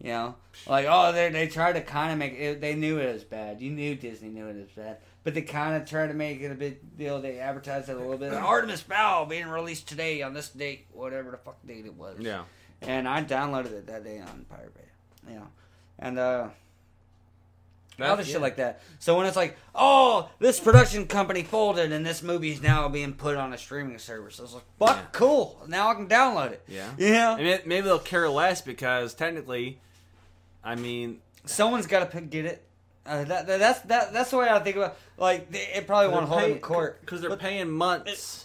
E: You know, like oh, they they tried to kind of make it. They knew it was bad. You knew Disney knew it was bad, but they kind of tried to make it a big deal. They advertised it a little bit. Artemis Fowl being released today on this date, whatever the fuck date it was.
D: Yeah.
E: And I downloaded it that day on Pirate Bay. Yeah. And uh and other
D: Yeah.
E: shit like that. So when it's like, oh, this production company folded and this movie is now being put on a streaming service, I was like, fuck,
D: Yeah.
E: cool. Now I can download it.
D: Yeah.
E: You know?
D: And it, maybe they'll care less because technically, I mean,
E: someone's got to pick, get it. Uh, that, that, that's that, that's the way I think about. Like they, it probably won't hold in court
D: because they're
E: But
D: paying months,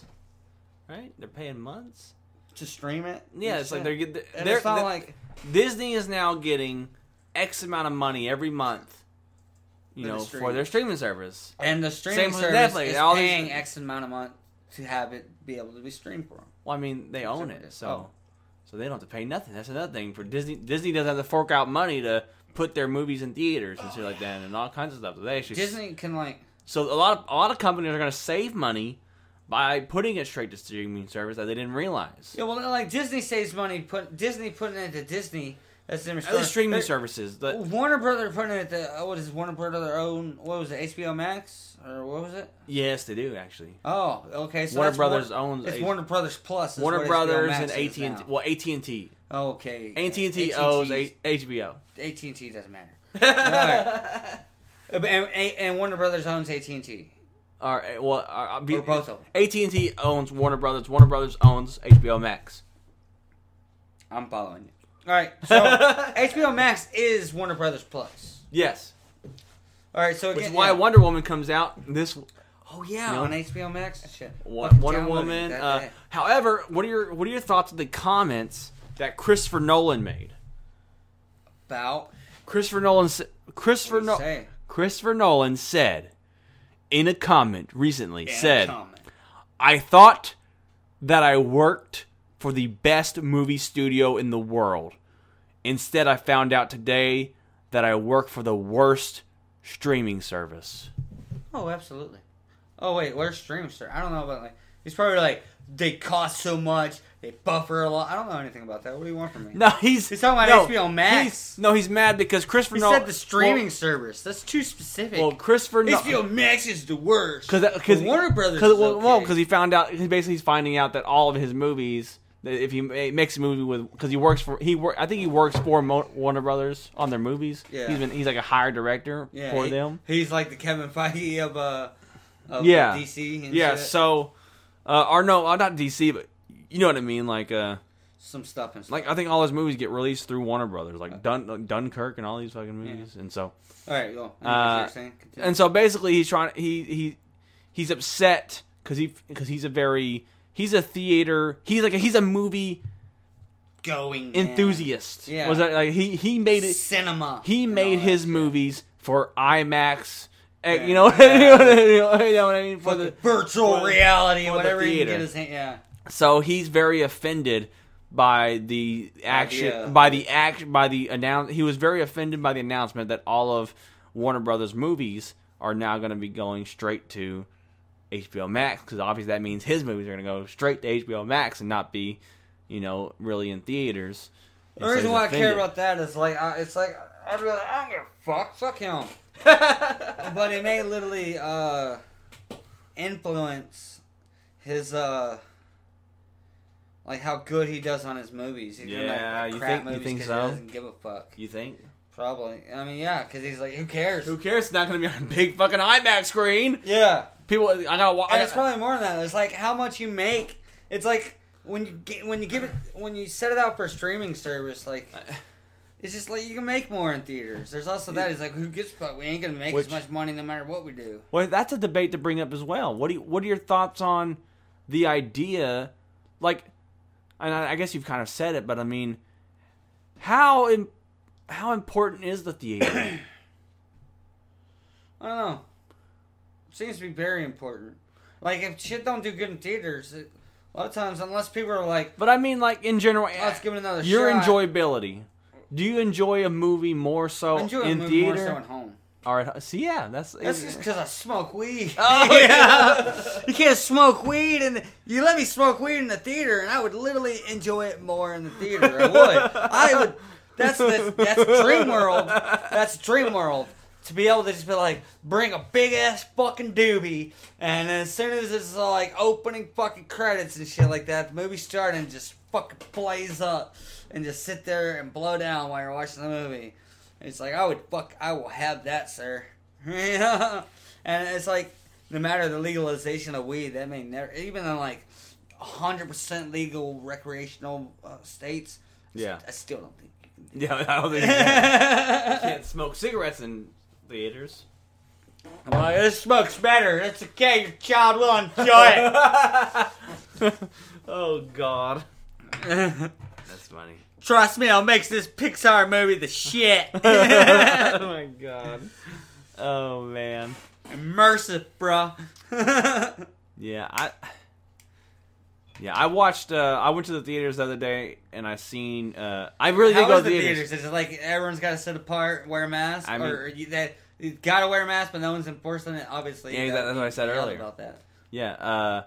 D: right? They're paying months.
E: to stream it.
D: Yeah, it's like they're getting. They're,
E: And it's not
D: they're-
E: like
D: Disney is now getting X amount of money every month, you
E: For the
D: know,
E: streaming.
D: for their streaming service.
E: and the
D: Same
E: streaming
D: with
E: service
D: Netflix,
E: is
D: all these-
E: paying X amount of month to have it be able to be streamed for them.
D: Well, I mean, they own
E: Sure.
D: it, so so they don't have to pay nothing. That's another thing for Disney. Disney doesn't have to fork out money to put their movies in theaters and shit like that, and all kinds of stuff. So they actually
E: Disney can like
D: So a lot of a lot of companies are going to save money by putting it straight to streaming service that they didn't realize.
E: yeah, well, like Disney saves money. Put Disney putting it to Disney. That's the
D: Other streaming services, the,
E: Warner Brother putting it to oh, what is Warner Brother own? What was it? HBO Max or what was it?
D: yes, they do actually.
E: Oh, okay. So
D: Warner
E: that's
D: Brothers
E: War-
D: owns
E: it's
D: H-
E: Warner Brothers Plus. is
D: Warner
E: what HBO
D: Brothers
E: Max
D: and
E: is
D: AT and
E: now.
D: T. Well, AT and T.
E: Okay.
D: AT and T owes A- HBO.
E: AT and T doesn't matter. Alright. Uh, but- And, and Warner Brothers owns AT and T.
D: All right, well, uh,
E: Or both of 'em.
D: AT and T owns Warner Brothers. Warner Brothers owns HBO Max.
E: I'm following you. All right. So HBO Max is Warner Brothers Plus.
D: Yes,
E: All right. So again,
D: which is why
E: yeah.
D: Wonder Woman comes out this
E: Oh yeah,
D: No.
E: on HBO Max. and Shit.
D: Wo-
E: Fucking
D: Wonder
E: downloaded
D: Woman.
E: that
D: Uh,
E: day.
D: however, what are your what are your thoughts of the comments that Christopher Nolan made?
E: About
D: Christopher Nolan. s- Christopher
E: What'd he
D: Nolan.
E: say?
D: Christopher Nolan said in a comment recently said,
E: Anaconda.
D: "I thought that I worked for the best movie studio in the world. Instead, I found out today that I work for the worst streaming service."
E: Oh, absolutely. Oh wait, where's Streamster? I don't know about like. He's probably like they cost so much. They buffer a lot. I don't know anything about that. What do you want from me?
D: No, he's
E: He's talking about HBO Max.
D: he's- no, he's mad because Christopher
E: He
D: Nolan
E: said the streaming
D: Well,
E: service. That's too specific.
D: Well, Christopher Nolan.
E: HBO Max is the worst.
D: because because
E: But Warner Brothers.
D: uh, Cause,
E: is
D: well,
E: okay.
D: well, 'cause he found out. He basically he's finding out that all of his movies, that if he ma- makes a movie with, because he works for he work. I think he works for Mo- Warner Brothers on their movies.
E: Yeah.
D: he's been he's like a hired director
E: yeah,
D: for
E: he-
D: them.
E: He's like the Kevin Feige of uh, of
D: Yeah.
E: DC. And
D: Yeah.
E: shit.
D: So, uh, or no, uh, not DC, but you know what I mean. Like, uh,
E: some stuff and stuff.
D: like I think all his movies get released through Warner Brothers, like Dun- like Dunkirk and all these fucking movies, and so.
E: all right, well,
D: Uh, and so basically he's trying he he he's upset because he because he's a very he's a theater he's like a, he's a movie
E: going man.
D: enthusiast
E: Yeah.
D: was that like he he made it
E: cinema.
D: he
E: and
D: made
E: all
D: his
E: that
D: movies for IMAX eh,
E: Yeah.
D: you know you know what I mean, you know what I mean for the
E: shit. virtual
D: for the-
E: reality,
D: for the
E: whatever he can get
D: theater.
E: his hand. Yeah.
D: so he's very offended by the action
E: uh,
D: by the act by the announce he was very offended by the announcement that all of Warner Brothers movies are now going to be going straight to HBO Max cuz obviously that means his movies are going to go straight to HBO Max and not be you know really in theaters. And
E: The
D: so
E: reason
D: he's
E: why I care
D: offended.
E: about that is like I, it's like I'd be like I don't give a fuck, fuck him. but it may literally uh, influence his uh, like how good he does on his movies. He's gonna make,
D: Yeah,
E: like,
D: you
E: crap
D: think- you
E: movies
D: think
E: 'cause
D: so?
E: He doesn't give a fuck.
D: you think
E: Probably. I mean, yeah, because he's like, who cares?
D: who cares? It's not going to be on a big fucking IMAX screen.
E: yeah.
D: People, I gotta watch.
E: and it's probably more than that. It's like how much you make. It's like when you get, when you give it when you set it out for a streaming service, like it's just like you can make more in theaters. There's also that. It's like who gives a fuck? We ain't gonna make
D: Which-
E: as much money no matter what we do.
D: Well, that's a debate to bring up as well. What do you, what are your thoughts on the idea? Like, and I, I guess you've kind of said it, but I mean, how im- how important is the theater?
E: I don't know. Seems to be very important. Like if shit don't do good in theaters, it, a lot of times unless people are like,
D: but I mean, like in general,
E: oh, let's give it another
D: your
E: shot.
D: enjoyability. Do you enjoy a movie more so
E: I enjoy a
D: in
E: movie
D: theater?
E: more so at home.
D: All right, see, yeah, that's
E: That's just because I smoke weed.
D: Oh,
E: yeah. you can't smoke weed, and you let me smoke weed in the theater, and I would literally enjoy it more in the theater. I would. I would. That's that's, that's dream world. That's dream world. To be able to just be like, bring a big ass fucking doobie, and as soon as it's uh, like opening fucking credits and shit like that, the movie starts and just fucking plays up, and just sit there and blow down while you're watching the movie. And it's like, I would fuck, I will have that, sir. and it's like, no matter the legalization of weed, that may never, even in like 100% legal recreational uh, states,
D: Yeah.
E: I still don't think you can do
D: Yeah, I don't think you can. You
E: that.
D: can't smoke cigarettes in theaters.
E: I'm like, this smoke's better. It's okay. Your child will enjoy
D: oh God,
E: it.
D: that's funny.
E: Trust me, I'll make this Pixar movie the shit.
D: oh my God. Oh man.
E: Immersive, bruh.
D: Yeah, I. Yeah, I watched. Uh, I went to the theaters the other day, and I seen. Uh, I really did
E: How
D: go
E: is
D: to
E: the
D: theaters.
E: theaters? Is it like everyone's got to sit apart, wear a mask,
D: I mean-
E: or you, that you got to wear a mask, but no one's enforcing it? Obviously,
D: Yeah,
E: you
D: exactly, that's
E: gotta
D: what I
E: be
D: said
E: out
D: earlier.
E: About that.
D: Yeah. Uh,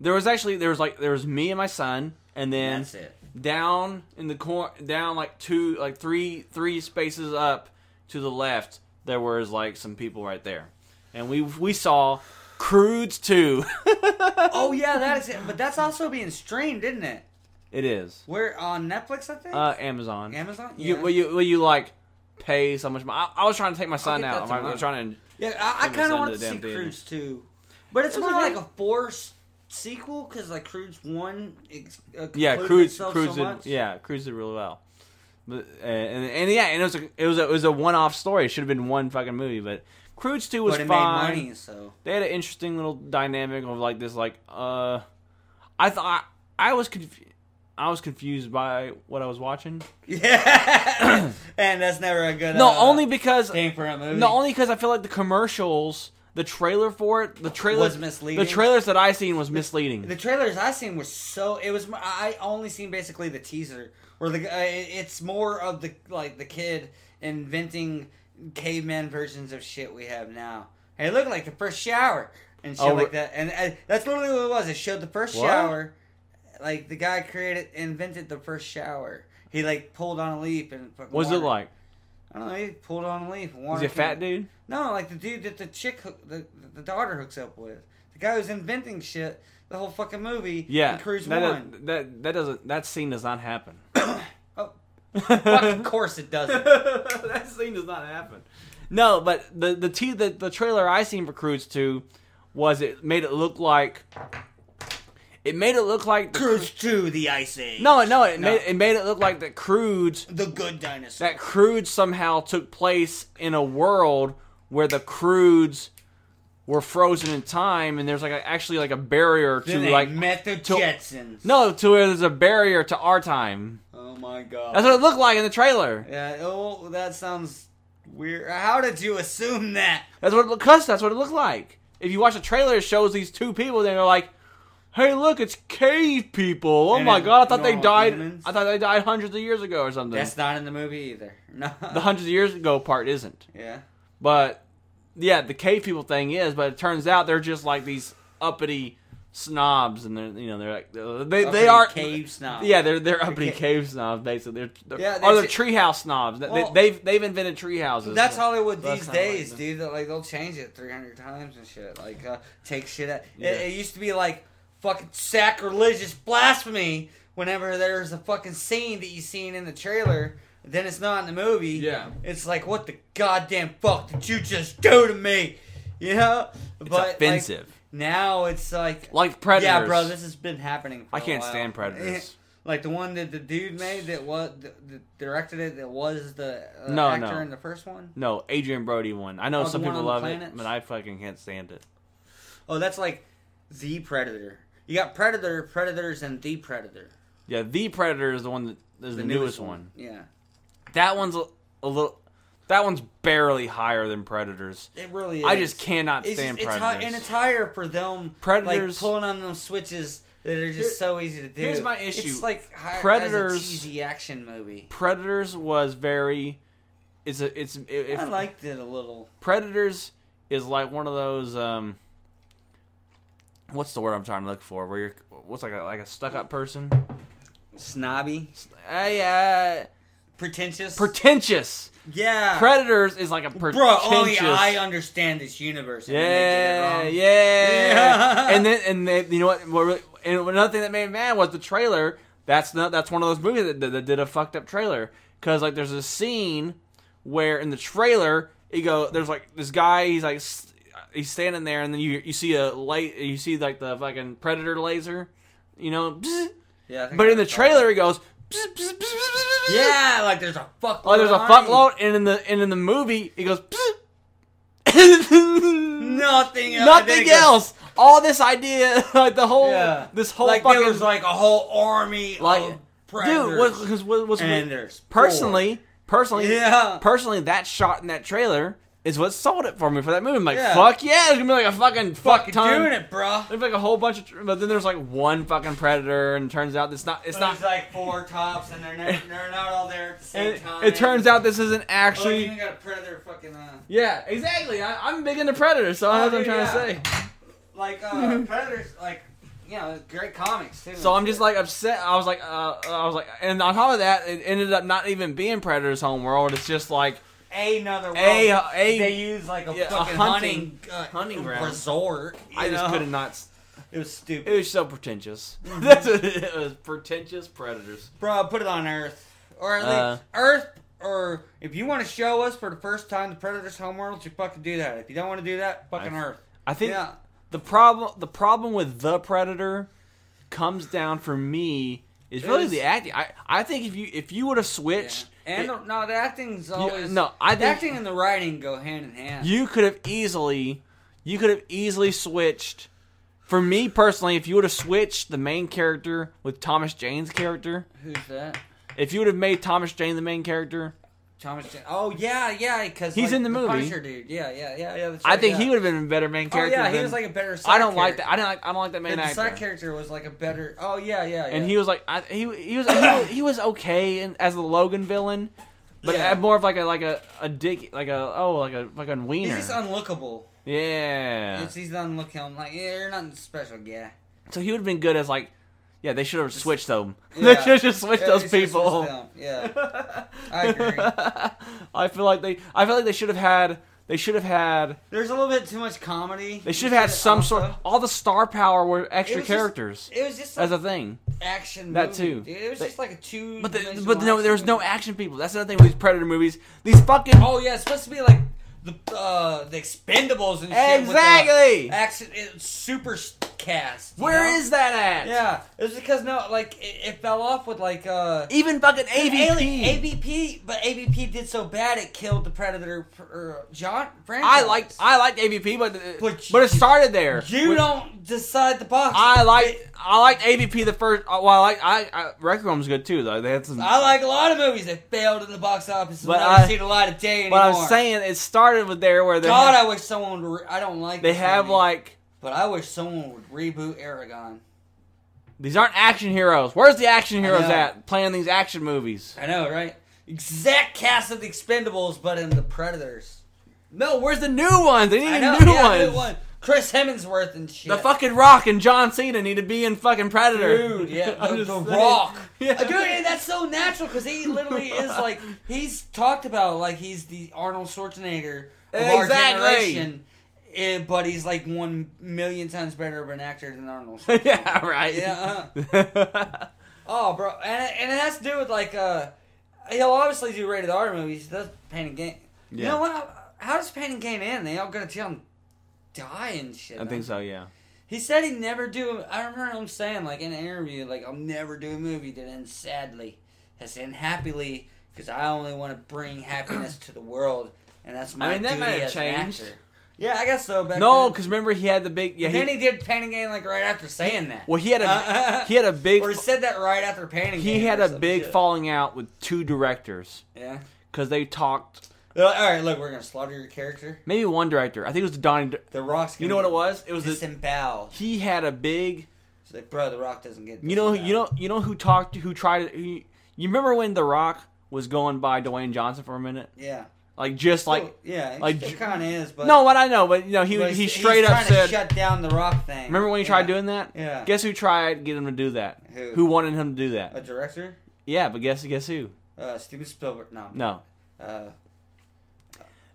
D: there was actually there was like there was me and my son, and then
E: That's it.
D: down in the corner, down like two, like three, three spaces up to the left, there was like some people right there, and we we saw Crudes two.
E: Oh yeah, that is it. But that's also being streamed, isn't it?
D: it is
E: We're on Netflix, I think.
D: uh, Amazon.
E: Amazon.
D: You, will you will you like pay so much? Money? I, I was trying to take my son
E: get that
D: out. I'm,
E: tomorrow.
D: I'm trying to.
E: Yeah, I, I
D: Amazon
E: kind
D: to
E: of want
D: the
E: to see
D: damn theater.
E: Cruise too, but it's
D: It was
E: more
D: okay.
E: like a forced sequel because like Cruise One. Ex- uh,
D: Yeah, Crudes
E: concluded itself
D: Crudes
E: so
D: did
E: much.
D: yeah Crudes did really well. But, uh, and, and yeah, and it was a it was a, it was a one off story. It should have been one fucking movie, but Crudes two was
E: but it
D: fine.
E: made money, so
D: they had an interesting little dynamic of like this like uh i thought i was confused i was confused by what i was watching
E: yeah. and that's never a good.
D: no
E: uh,
D: only because
E: thing for a movie.
D: no only because i feel like the commercials the trailer for it the trailer
E: Was misleading.
D: the trailers that i seen was misleading
E: The trailers I seen were so it was I only seen basically the teaser where the uh, it's more of the like the kid inventing caveman versions of shit we have now. Hey, look like the first shower and shit
D: Oh,
E: like
D: re-
E: that, and uh, that's literally what it was. It showed the first
D: What?
E: shower, like the guy created invented the first shower. He like pulled on a leaf and fucking
D: was it
E: water-
D: like
E: I don't know. He pulled on a leaf.
D: is he a fat dude
E: No, like the dude that the chick, hook, the the daughter hooks up with, the guy who's inventing shit, the whole fucking movie.
D: yeah
E: in Cruise
D: that,
E: One.
D: that, that that doesn't that scene does not happen
E: Fucking of course it doesn't.
D: that scene does not happen. No, but the the t the, the trailer I seen for Cruise Two was it made it look like it made it look like the,
E: Cruise Two, the Ice Age.
D: No, no, it
E: No.
D: made it made it look like that Crude
E: the Good Dinosaur.
D: that Crude somehow took place in a world where the Crudes were frozen in time, and there's like a, actually like a barrier to
E: then they
D: like
E: met the
D: to-
E: Jetsons.
D: no to where there's a barrier to our time.
E: Oh my god.
D: That's what it looked like in the trailer.
E: yeah. Oh, that sounds weird. How did you assume that?
D: That's what it looked. Cause that's what it looked like. If you watch a trailer, it shows these two people. They're like, "Hey, look, it's cave people. Oh
E: And
D: my
E: it's
D: god, I thought they
E: normal
D: died.
E: humans.
D: I thought they died hundreds of years ago or something."
E: That's not in the movie either. No.
D: the hundreds of years ago part isn't,
E: yeah.
D: but yeah, the cave people thing is. But it turns out they're just like these uppity snobs, and they're you know they're like they they
E: Uppity
D: are
E: cave snobs.
D: Yeah, they're they're uppity
E: ca-
D: cave snobs basically. They're, they're
E: Yeah,
D: or they're
E: that's it.
D: treehouse snobs. They-
E: Well-
D: they, have they've invented treehouses.
E: That's Hollywood
D: That's
E: these
D: kinda like
E: days,
D: the-
E: dude. That like they'll change it 300 times and shit. Like uh, take shit out.
D: Yeah.
E: It, it used to be like fucking sacrilegious blasphemy whenever there's a fucking scene that you seen in the trailer. Then it's not in the movie.
D: Yeah.
E: it's like what the goddamn fuck did you just do to me? You know,
D: it's
E: like,
D: offensive.
E: now it's like,
D: like predators.
E: yeah, bro, this has been happening. For
D: I
E: a
D: can't
E: while.
D: stand predators.
E: Like the one that the dude made that was that that directed it that was the uh,
D: No,
E: actor
D: no.
E: in the first one.
D: No, Adrian Brody one. I know
E: Oh, the
D: some
E: one
D: people
E: on the
D: love it,
E: planets?
D: but I fucking can't stand it.
E: Oh, that's like the Predator. You got Predator, Predators, and the Predator.
D: Yeah, the Predator is the one that is the, newest, one.
E: Yeah,
D: That one's a, a little. That one's barely higher than Predators.
E: it really. is.
D: I just cannot
E: It's,
D: stand
E: it's
D: Predators.
E: high, and it's higher for them.
D: Predators-
E: like, pulling on them switches that are just
D: Here-
E: so easy to do.
D: here's my issue.
E: It's like higher
D: Predators-
E: as a cheesy action movie.
D: Predators was very. It's a. It's. i- If,
E: I liked it a little.
D: Predators is like one of those. um What's the word I'm trying to look for? Where you're. What's like a like a stuck up person?
E: Snobby,
D: I, uh,
E: pretentious.
D: pretentious.
E: yeah,
D: Predators is like a pretentious.
E: bro. Only I understand this universe. and
D: Yeah,
E: they did it wrong.
D: yeah.
E: Yeah.
D: And then and they, you know what? what really- and another thing that made me mad was the trailer. That's not that's one of those movies that, that, that did a fucked up trailer because like there's a scene where in the trailer you go there's like this guy he's like s- he's standing there and then you you see a light you see like the fucking predator laser, you know.
E: Yeah, I think
D: But
E: I
D: in the
E: saw
D: trailer it goes.
E: that. Yeah, like there's a
D: Like
E: fuckload.
D: Oh, there's a
E: of money.
D: fuckload, and in the and in the movie it goes. Nothing
E: Nothing else. I think
D: Nothing
E: it goes-
D: else. All this idea, like the whole,
E: Yeah.
D: this whole
E: like
D: fucking,
E: there was like a whole army
D: like,
E: of predators.
D: dude, what, cause what was
E: And there's
D: personally, personally,
E: Yeah.
D: personally, that shot in that trailer is what sold it for me for that movie. I'm like,
E: Yeah.
D: fuck yeah, there's gonna be like a fucking fuck
E: Fucking
D: ton.
E: doing it, bro.
D: There's like a whole bunch of, tr- but then there's like one fucking predator, and it turns out it's not, it's not.
E: There's like four tops, and they're not, they're not all there at the same
D: It,
E: time.
D: it turns out this isn't
E: oh, you
D: actually.
E: even got a predator fucking uh,
D: yeah, exactly. I, I'm big into predators, so that's what I'm
E: dude,
D: trying to
E: Oh, yeah.
D: say.
E: like uh, predators, like you know, great comics too.
D: So I'm just like upset. I was like, uh, I was like, and on top of that, it ended up not even being Predator's home world. It's just like
E: another world.
D: a a.
E: they use like a
D: yeah, a
E: fucking hunting
D: hunting-
E: uh,
D: hunting ground.
E: resort.
D: I
E: you
D: just
E: know?
D: could not. s-
E: It was
D: It
E: stupid,
D: was so pretentious. That's what it, it was. Pretentious Predators.
E: bro. Put it on Earth, or at least
D: Uh,
E: Earth. Or if you want to show us for the first time the Predator's homeworld, you fucking do that. If you don't want to do that, fucking
D: I-
E: Earth.
D: I think
E: Yeah.
D: the problem the problem with the Predator comes down for me is really
E: Is-
D: the acting. I I think if you if you would have switched
E: And
D: it-
E: no, the acting's always
D: no, I
E: the
D: think-
E: acting and the writing go hand in hand.
D: you could have easily you could have easily switched for me personally if you would have switched the main character with thomas jane's character
E: Who's that?
D: if you would have made thomas jane the main character
E: Thomas. Jan- oh yeah, yeah, because
D: He's in the movie.
E: Punisher dude. Yeah, yeah, yeah, yeah. that's
D: i
E: right,
D: think
E: yeah.
D: he would have been a better main
E: Oh
D: character
E: yeah, he
D: than-
E: was like a better. Side
D: i don't like
E: character.
D: that i don't like i don't like that main
E: The
D: actor
E: side character was like a better. Oh yeah, yeah, yeah.
D: and he was like I, he, he was he, was- he was okay in, as the logan villain but
E: Yeah.
D: more of like a like a, a dick like a oh like a fucking
E: he's
D: wiener
E: just unlookable.
D: yeah
E: It's, he's unlookable. Like yeah, you're nothing special, yeah.
D: so he would have been good as like yeah they should have switched them they
E: Yeah.
D: should have just switched
E: Yeah,
D: those
E: it's just
D: people
E: them, Yeah, I agree.
D: I feel like they. I feel like they should have had. They should have had.
E: There's a little bit too much comedy.
D: They should have had some
E: Also,
D: sort. All the star power were
E: it
D: extra
E: was just-
D: characters
E: It was just like
D: as a thing.
E: action.
D: that
E: movie,
D: too.
E: dude. It was
D: They-
E: just like a two.
D: But the, but no, there was no action people. That's another thing with these Predator movies. These fucking.
E: Oh yeah, it's supposed to be like the uh, the Expendables and shit.
D: Exactly.
E: Action super s- cast. you
D: Where
E: know?
D: is that at?
E: Yeah, it was because no, like it, it fell off with like uh.
D: Even fucking
E: Dude,
D: AVP.
E: alien- AVP, but AVP did so bad it killed the Predator or John franchise.
D: I liked I liked AVP, but
E: But
D: but, it started there.
E: You
D: With-
E: don't decide the box.
D: I like I liked AVP the first. uh, Well, I like I, I Rec Room's good too though. They had some.
E: I like a lot of movies that failed in the box office.
D: But
E: But I
D: I-
E: seen a lot of day anymore.
D: But I'm saying it started with there where they
E: God,
D: had-
E: I wish someone. Would re- I don't like.
D: they
E: this
D: have
E: movie,
D: like
E: but I wish someone would reboot Aragon.
D: These aren't action heroes. Where's the action heroes
E: know.
D: at playing these action movies?
E: I know, right? Exact cast of the Expendables, but in the Predators.
D: No, where's the new ones? They need
E: I
D: a
E: know,
D: new
E: yeah,
D: ones.
E: new one. Chris Hemsworth and shit.
D: The fucking Rock and John Cena need to be in fucking Predator.
E: Dude, yeah,
D: I'm
E: the,
D: just
E: the
D: saying.
E: Rock.
D: Yeah.
E: Dude, and that's so natural because he literally is like he's talked about like he's the Arnold Schwarzenegger of
D: Exactly.
E: our generation, eh, but he's like one million times better of an actor than Arnold. Schwarzenegger.
D: yeah, right.
E: yeah. uh-huh. Oh, bro, and and it has to do with like uh, he'll obviously do rated R movies. That's Pain and Gain. You
D: Yeah.
E: know what? How does Pain and Gain end? They all go to jail and die and shit.
D: I think so. Yeah.
E: He said he'd never do. I remember him saying, like in an interview, like I'll never do a movie that ends sadly, has end happily, because I only want to bring happiness to the world, and that's my
D: I mean, that
E: duty
D: might have
E: as an
D: changed.
E: actor. Yeah, I guess so. Back
D: No,
E: then.
D: because remember he had the big. Yeah.
E: And then he
D: He,
E: did Pain and Gain like right after saying that.
D: well, he had
E: Uh,
D: a he had a big
E: or he said that right after Pain and Gain.
D: he had
E: or
D: a
E: some
D: big
E: shit.
D: falling out with two directors
E: Yeah.
D: because they talked.
E: They're like, All right, look, we're gonna slaughter your character.
D: Maybe one director. I think it was Donnie.
E: The Rock's. Gonna
D: You know what it was? It was the,
E: Disemboweled.
D: he had a big
E: It's like, bro, The Rock doesn't get.
D: You know,
E: disemboweled.
D: you know, you know who talked, who tried. Who, you remember when The Rock was going by Dwayne Johnson for a minute,
E: Yeah.
D: like just like
E: Well, yeah,
D: like
E: it
D: j-
E: kind of is, but
D: no, what I know, but you know, he
E: But
D: he
E: he's-
D: straight
E: he's
D: up
E: trying to
D: said.
E: shut down the rock thing.
D: remember when he
E: Yeah.
D: tried doing that?
E: Yeah.
D: Guess who tried to get him to do that?
E: Who?
D: wanted him to do
E: a
D: that?
E: director?
D: Yeah, but guess guess who?
E: Uh, Steven Spielberg. No.
D: No,
E: Uh,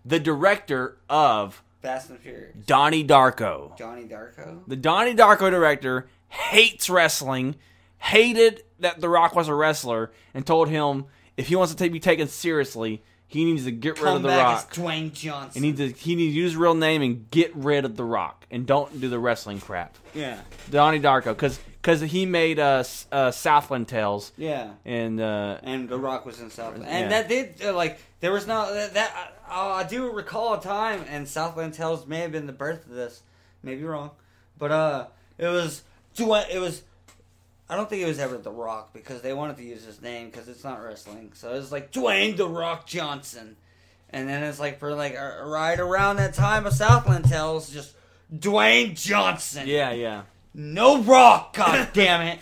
D: the director of
E: Fast and Furious.
D: Donnie Darko.
E: Johnny Darko.
D: The Donnie Darko director hates wrestling, hated that The Rock was a wrestler, and told him if he wants to ta- be taken seriously, He needs to get rid
E: Come
D: of the
E: back
D: rock.
E: as Dwayne Johnson.
D: He needs to he needs to use his real name and get rid of the rock and don't do the wrestling crap.
E: yeah,
D: Donnie Darko, because he made uh, S- uh Southland Tales
E: yeah.
D: and uh
E: and The Rock was in Southland,
D: Yeah.
E: and that did uh, like there was no that, that uh, I do recall a time, and Southland Tales may have been the birth of this, maybe wrong, but uh, it was Dwayne, it was. I don't think it was ever The Rock because they wanted to use his name because it's not wrestling, so it was like Dwayne The Rock Johnson, and then it's like for like a, right around that time of Southland Tales, just Dwayne Johnson.
D: yeah yeah.
E: No Rock, god damn it.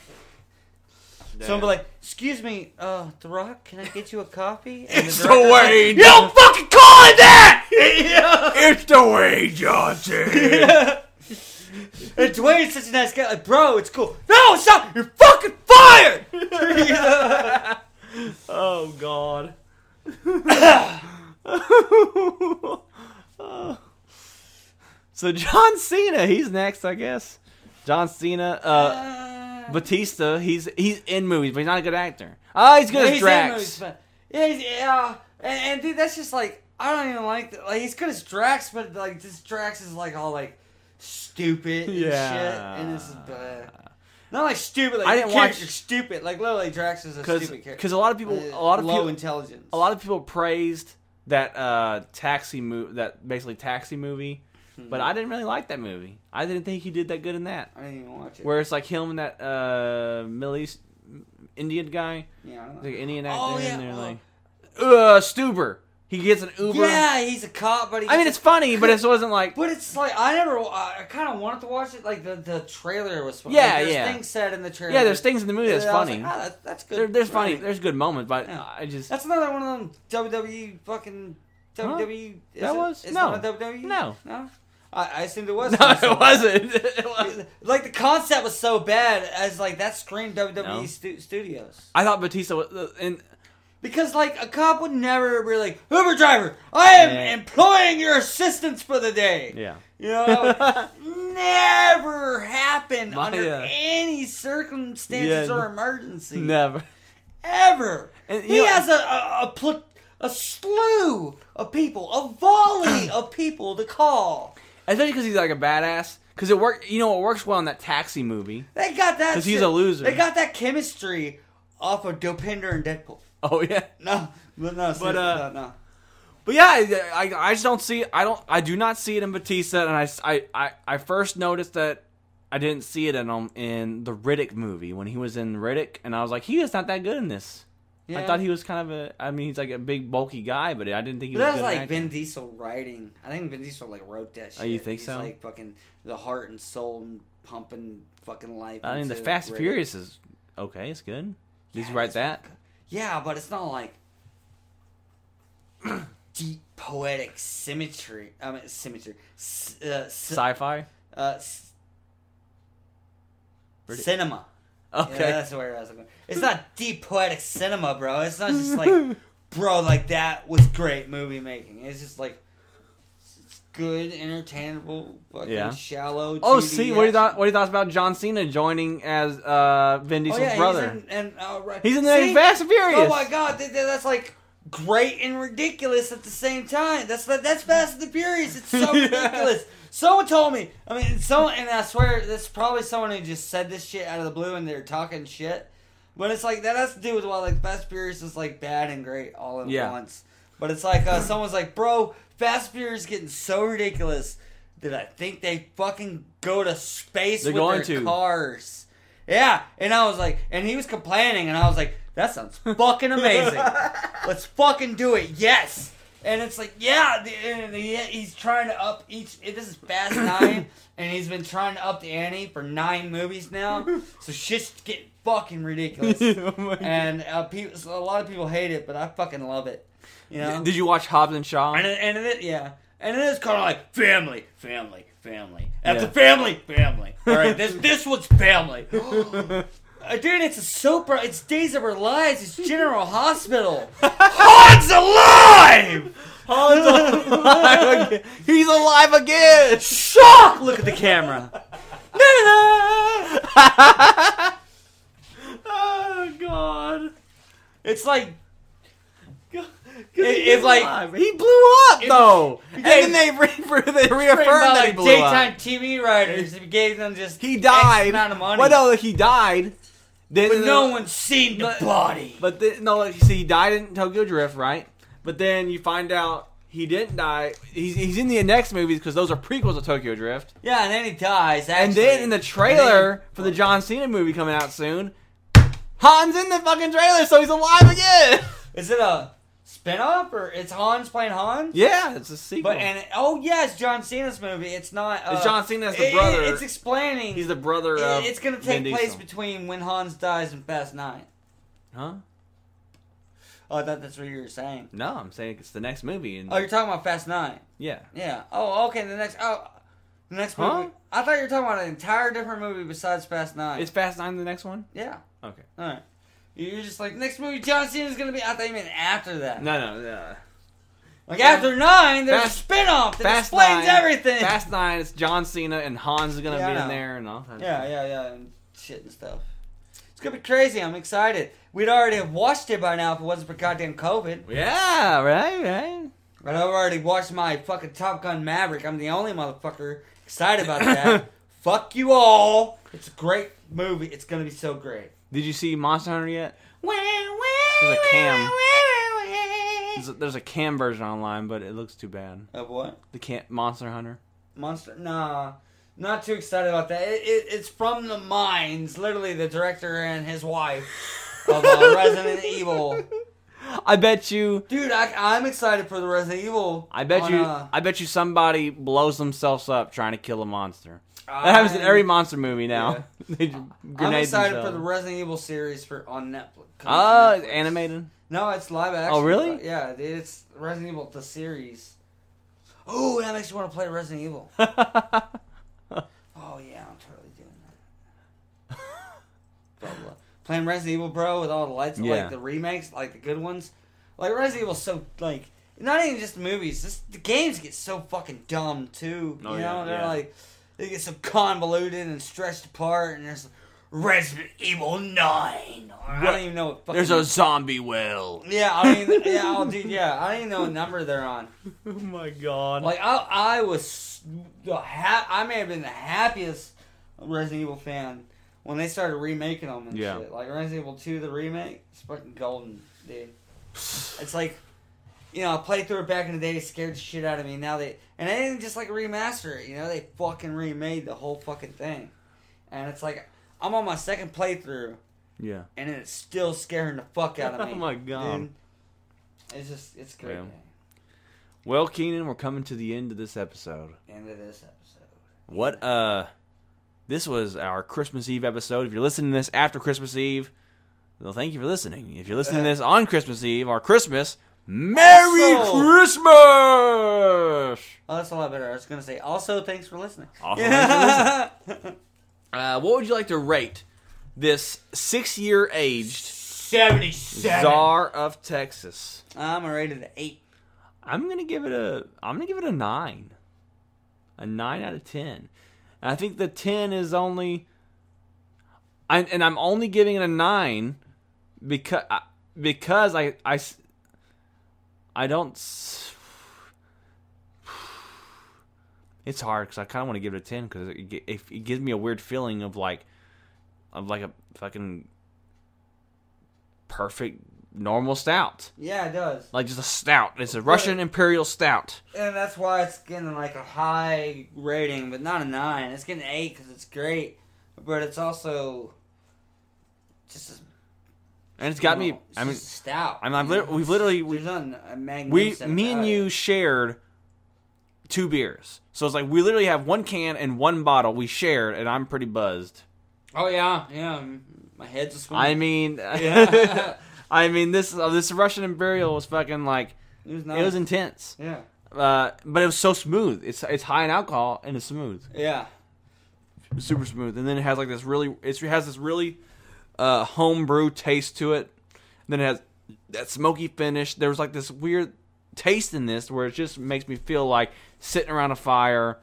E: Someone be like, excuse me, uh, The Rock, can I get you a coffee? And
D: It's
E: the director's
D: the way-
E: Like, you don't fucking call it that!
D: It's the way Johnson.
E: and Dwayne's such a nice guy, like, bro, it's cool. No, stop! You're fucking fired!
D: oh God. so John Cena, he's next, I guess. John Cena, uh, Batista, he's he's in movies, but he's not a good actor. Ah, he's good
E: Yeah,
D: as
E: he's in
D: Drax.
E: movies, but- Yeah, he's, yeah. And, and dude, that's just like, I don't even like that. Like, he's good as Drax, but like, this Drax is like all like stupid and
D: Yeah.
E: shit. And this is bad. Not like stupid, like
D: I didn't
E: character
D: watch-
E: stupid. Like, literally, Drax is a
D: because
E: stupid character. Uh,
D: because a lot of people a lot of
E: low
D: people
E: intelligence.
D: a lot of people praised that uh taxi movie that basically taxi movie, but I didn't really like that movie. I didn't think he did that good in that.
E: I didn't even watch it.
D: Where it's like him and that uh Middle East Indian guy,
E: yeah, I don't know.
D: the Indian actor,
E: Oh, yeah,
D: and they're
E: oh.
D: like, uh, Stuber. He gets an Uber.
E: yeah, he's a cop, but he
D: I mean, it's funny, but it wasn't like
E: but it's like I never. I, I kind of wanted to watch it. Like the the trailer was. Fun.
D: Yeah,
E: like, there's
D: yeah.
E: Things said in the trailer.
D: yeah. There's things in the movie that's
E: Yeah, I was
D: funny.
E: like, ah, that- that's good.
D: there, there's funny.
E: writing.
D: There's good moments, but
E: Yeah.
D: I just
E: That's another one of them WWE fucking WWE. is
D: That
E: it-
D: was-
E: it's
D: no.
E: not a WWE.
D: No.
E: no. I, I assumed it was.
D: no, it wasn't. It wasn't.
E: Like the concept was so bad as like that screamed WWE
D: No.
E: E stu- studios.
D: I thought Batista uh, was, and
E: Because like a cop would never be like, Uber driver, I am
D: Yeah.
E: employing your assistance for the day.
D: yeah.
E: You know, that would never happen
D: My,
E: under
D: uh,
E: any circumstances
D: yeah,
E: or emergency.
D: Never.
E: Ever.
D: And, you
E: he
D: know-
E: has a a, a, pl- a slew of people, a volley of people to call.
D: Especially because he's like a badass. Because it work, you know, it works well in that taxi movie.
E: They got that
D: 'Cause he's
E: shit-
D: a loser.
E: They got that chemistry off of Dopinder and Deadpool.
D: Oh yeah,
E: No, but no, but
D: uh,
E: no, no.
D: but yeah, I, I, I just don't see, I don't, I do not see it in Batista, and I, s- I, I, I first noticed that I didn't see it in um, in the Riddick movie when he was in Riddick, and I was like, he is not that good in this. I
E: Yeah.
D: thought he was kind of a, I mean, he's like a big bulky guy, but I didn't think he
E: But that
D: was.
E: was
D: good
E: like
D: an actor.
E: Vin Diesel writing. I think Vin Diesel like wrote that shit.
D: Oh, you think
E: He's
D: so?
E: Like fucking the heart and soul and pumping fucking life.
D: I mean, the
E: into
D: Fast and
E: Riddick.
D: Furious is okay. It's good. Did you write that?
E: Yeah, but it's not like deep poetic symmetry. I mean, symmetry. S- uh, s-
D: Sci-fi.
E: uh, s-
D: Riddick.
E: cinema.
D: Okay.
E: Yeah, that's where I was going. It's not deep poetic cinema, bro. It's not just like, bro, like that was great movie making. It's just like it's good, entertainable, fucking
D: Yeah.
E: shallow.
D: Oh,
E: 2D
D: see, what do you thought?
E: action.
D: What do you thought about John Cena joining as uh, Vin
E: Oh
D: Diesel's
E: yeah,
D: brother?
E: he's in, and oh, right.
D: He's in the
E: See?
D: Fast and Furious.
E: Oh my god, th- th- that's like great and ridiculous at the same time. That's that- that's Fast and the Furious. It's so
D: Yeah.
E: ridiculous. Someone told me. I mean, someone, and I swear, that's probably someone who just said this shit out of the blue and they're talking shit. But it's like that has to do with why like Fast and Furious is like bad and great all at
D: Yeah.
E: once. But it's like uh, someone's like, bro, Fast and Furious is getting so ridiculous that I think they fucking go to space
D: They're
E: with
D: going
E: their
D: to.
E: cars. Yeah, and I was like, and he was complaining, and I was like, that sounds fucking amazing. Let's fucking do it. Yes. And it's like, yeah, the, and he, he's trying to up each. This is Fast Nine, and he's been trying to up the ante for nine movies now. So shit's getting fucking ridiculous.
D: Oh my
E: and uh, people, so a lot of people hate it, but I fucking love it. You know.
D: Did you watch Hobbs and Shaw?
E: And it, and it, yeah. And it is kind of like family, family, family. After
D: Yeah.
E: family, family. All right, this this one's family. Uh, Dude, it's a soap. opera. It's Days of Our Lives. It's General Hospital. Han's alive.
D: He's alive again.
E: Shock! Look at the camera.
D: oh God.
E: Oh, It's like if like
D: he blew up though, and
E: Hey.
D: then they re- they reaffirmed
E: about
D: that he
E: like
D: blew
E: daytime
D: up.
E: TV writers, if you gave them just
D: He
E: X
D: died.
E: amount of money,
D: Well, no, he died. Then
E: but no one's seen the
D: But-
E: body.
D: But then, no, like, see, he died in Tokyo Drift, right? But then you find out he didn't die. He's, he's in the next movies because those are prequels of Tokyo Drift.
E: yeah, and then he dies.
D: And
E: actually.
D: then in the trailer for the John Cena movie coming out soon, Han's in the fucking trailer, so he's alive again.
E: is it a spin-off or it's Hans playing Hans?
D: yeah, it's a sequel.
E: But and oh yes, John Cena's movie. It's not. Uh,
D: It's John Cena as the
E: it- it-
D: brother.
E: it's explaining.
D: he's the brother
E: it-
D: of.
E: it's going to
D: Vin
E: take place
D: Diesel.
E: between when Hans dies and Fast Nine.
D: Huh?
E: Oh, I thought that's what you were saying.
D: No, I'm saying it's the next movie, and
E: Oh, you're talking about Fast Nine.
D: yeah,
E: Yeah. Oh, okay. The next. Oh, the next
D: Huh?
E: movie. I thought you were talking about an entire different movie besides Fast Nine.
D: is Fast Nine the next one?
E: yeah.
D: Okay.
E: All right. You're just like next movie John Cena's gonna be. I thought you meant after that.
D: No, no, no.
E: Like after nine, there's
D: Fast-
E: a spinoff that explains everything.
D: Fast Nine. It's John Cena and Hans is gonna
E: Yeah, I
D: be in
E: know.
D: there and all that.
E: Yeah, yeah, yeah, and shit and stuff. It's gonna be crazy. I'm excited. We'd already have watched it by now if it wasn't for goddamn COVID.
D: Yeah, right, right.
E: But I've already watched my fucking Top Gun Maverick. I'm the only motherfucker excited about that. Fuck you all. It's a great movie. It's gonna be so great.
D: Did you see Monster Hunter yet?
E: There's
D: a cam. There's a, there's a cam version online, but it looks too bad.
E: Of what?
D: The cam Monster Hunter.
E: Monster? Nah, not too excited about that. It, it, it's from the mines, literally the director and his wife of uh, Resident Evil.
D: I bet you.
E: Dude, I, I'm excited for the Resident Evil.
D: I bet
E: on,
D: you.
E: uh,
D: I bet you somebody blows themselves up trying to kill a monster. That happens in every monster movie now. They just
E: I'm
D: grenade
E: excited
D: themselves.
E: for the Resident Evil series for on Netflix. coming
D: Oh,
E: to
D: it's
E: Netflix.
D: animated.
E: No, it's live action.
D: Oh, really?
E: Yeah, it's Resident Evil the series. Oh, that makes you want to play Resident Evil. Oh yeah, I'm totally doing that. Blah, blah. Playing Resident Evil, bro, with all the lights,
D: Yeah.
E: like the remakes, like the good ones. Like Resident Evil's so like not even just the movies, just the games get so fucking dumb too. You
D: Oh,
E: know,
D: yeah,
E: they're
D: yeah.
E: like they get so convoluted and stretched apart, and there's Resident Evil Nine. Or I don't even know what fucking.
D: There's a zombie well.
E: yeah, I mean, yeah, oh, dude, yeah, I don't even know what number they're on.
D: Oh my god.
E: Like I, I was the ha- I may have been the happiest Resident Evil fan when they started remaking them and
D: Yeah.
E: shit. Like Resident Evil Two, the remake, it's fucking golden, dude. It's like, you know, I played through it back in the day, it scared the shit out of me. Now they and they didn't just like remaster it, you know, they fucking remade the whole fucking thing, and it's like I'm on my second playthrough
D: Yeah.
E: and it's still scaring the fuck out of me.
D: Oh my God.
E: dude. It's just it's great.
D: Yeah.
E: man.
D: Well, Keenan, we're coming to the end of this episode.
E: End of this episode.
D: What uh this was our Christmas Eve episode. If you're listening to this after Christmas Eve, well thank you for listening. If you're listening to this on Christmas Eve or Christmas, Merry
E: Also-
D: Christmas!
E: Oh, that's a lot better. I was gonna say. Also, thanks for listening.
D: Also, thanks for listening. Uh, what would you like to rate this six year aged
E: Seventy-seven.
D: czar of Texas?
E: I'm a rated an eight.
D: I'm gonna give it a I'm gonna give it a nine. A nine out of ten. And I think the ten is only I, and I'm only giving it a nine because I, because I, I s- I don't s- it's hard because I kind of want to give it a ten because it, gi- it, it gives me a weird feeling of like of like a fucking perfect normal stout
E: Yeah, it does,
D: like just a stout. It's a Russian imperial stout.
E: and that's why it's getting like a high rating, but not a nine. It's getting an eight because it's great, but it's also just. as-
D: And it's got me.
E: Oh, it's
D: I mean,
E: just stout.
D: I'm- I'm
E: you know?
D: lit- we've literally- we-
E: There's nothing uh,
D: we,
E: magnificent
D: me and
E: about
D: you
E: it.
D: shared two beers, so it's like we literally have one can and one bottle we shared, and I'm pretty buzzed.
E: Oh yeah, yeah. m- My head's a swimming.
D: I mean,
E: Yeah.
D: I mean this uh, this Russian imperial was fucking like
E: it was
D: it was
E: nice.
D: intense,
E: yeah,
D: uh, but it was so smooth. It's it's high in alcohol and it's smooth,
E: yeah.
D: super smooth. And then it has like this really it's, it has this really uh, homebrew taste to it. then it has that smoky finish. There was like this weird taste in this where it just makes me feel like sitting around a fire.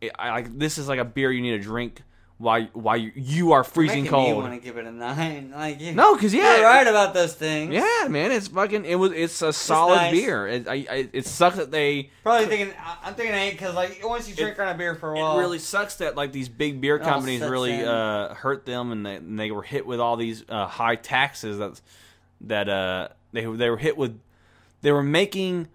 D: It, I like this is like a beer you need to drink why why you, you are freezing
E: Making
D: cold.
E: Me want to give it a nine. Like you,
D: No, 'cause, yeah,
E: you're right about those things.
D: Yeah, man, it's fucking. It was. It's a solid
E: nice.
D: beer. It, I, I, it sucks that they.
E: Probably thinking I- I'm thinking eight because like once you drink on a beer for a while, Oh,
D: it really sucks that like these big beer
E: It all
D: companies
E: sets
D: really
E: in.
D: uh, hurt them, and they, and they were hit with all these uh, high taxes. That's that uh, they they were hit with. They were making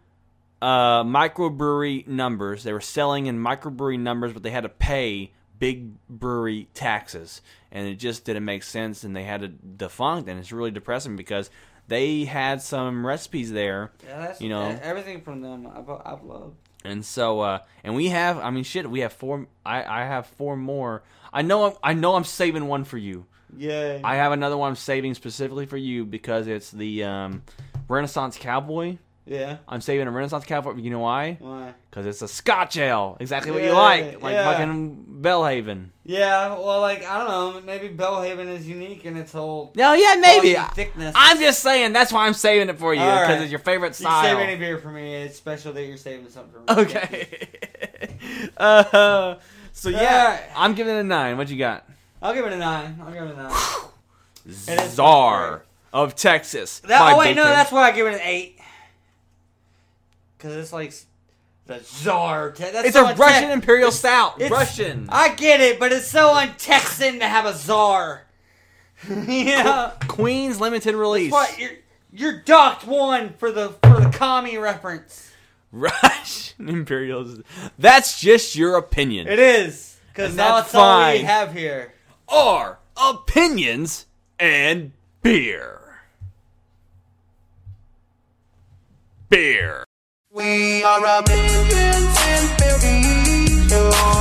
D: uh, microbrewery numbers. They were selling in microbrewery numbers, but they had to pay big brewery taxes, and it just didn't make sense. And they had to defunct, and it's really depressing because they had some recipes there.
E: Yeah, that's, e,
D: you know.
E: everything from them I've, I've loved.
D: And so, uh, and we have, I mean, shit, we have four. I, I have four more. I know, I'm, I know, I'm saving one for you.
E: Yay!
D: I have another one I'm saving specifically for you because it's the um, Renaissance Cowboy.
E: yeah.
D: I'm saving a Renaissance Cowboy. You know why?
E: Why?
D: Because it's a Scotch ale, exactly what you
E: Yeah,
D: like, like
E: yeah.
D: fucking Bellhaven.
E: Yeah. Well, like I don't know. Maybe Bellhaven is unique in its whole
D: No, yeah, maybe.
E: quality thickness.
D: I'm just saying that's why I'm saving it for you
E: All
D: because
E: right.
D: it's your favorite
E: You save
D: style.
E: any beer for me. It's special that you're saving something for me. Thank you.
D: okay. uh, so yeah,
E: Alright.
D: I'm giving it a nine. What you got?
E: I'll give it a nine. I'll give it a nine. is
D: Czar of Texas.
E: That,
D: by
E: oh wait, no,
D: Baker.
E: that's why I give it an eight. Because it's like s- the czar. Te- that's
D: it's
E: so
D: a
E: unte-
D: Russian Imperial Stout.
E: it's-
D: Russian.
E: I get it, but it's so un-Texan to have a czar. yeah,
D: Queen's limited release.
E: but you're you're docked one for the for the commie reference.
D: Russian Imperial. Stout. That's just your opinion.
E: It is because
D: And
E: now
D: that's
E: it's all we
D: fine.
E: have here.
D: Are opinions and beer. Beer.
H: We are a million and billion.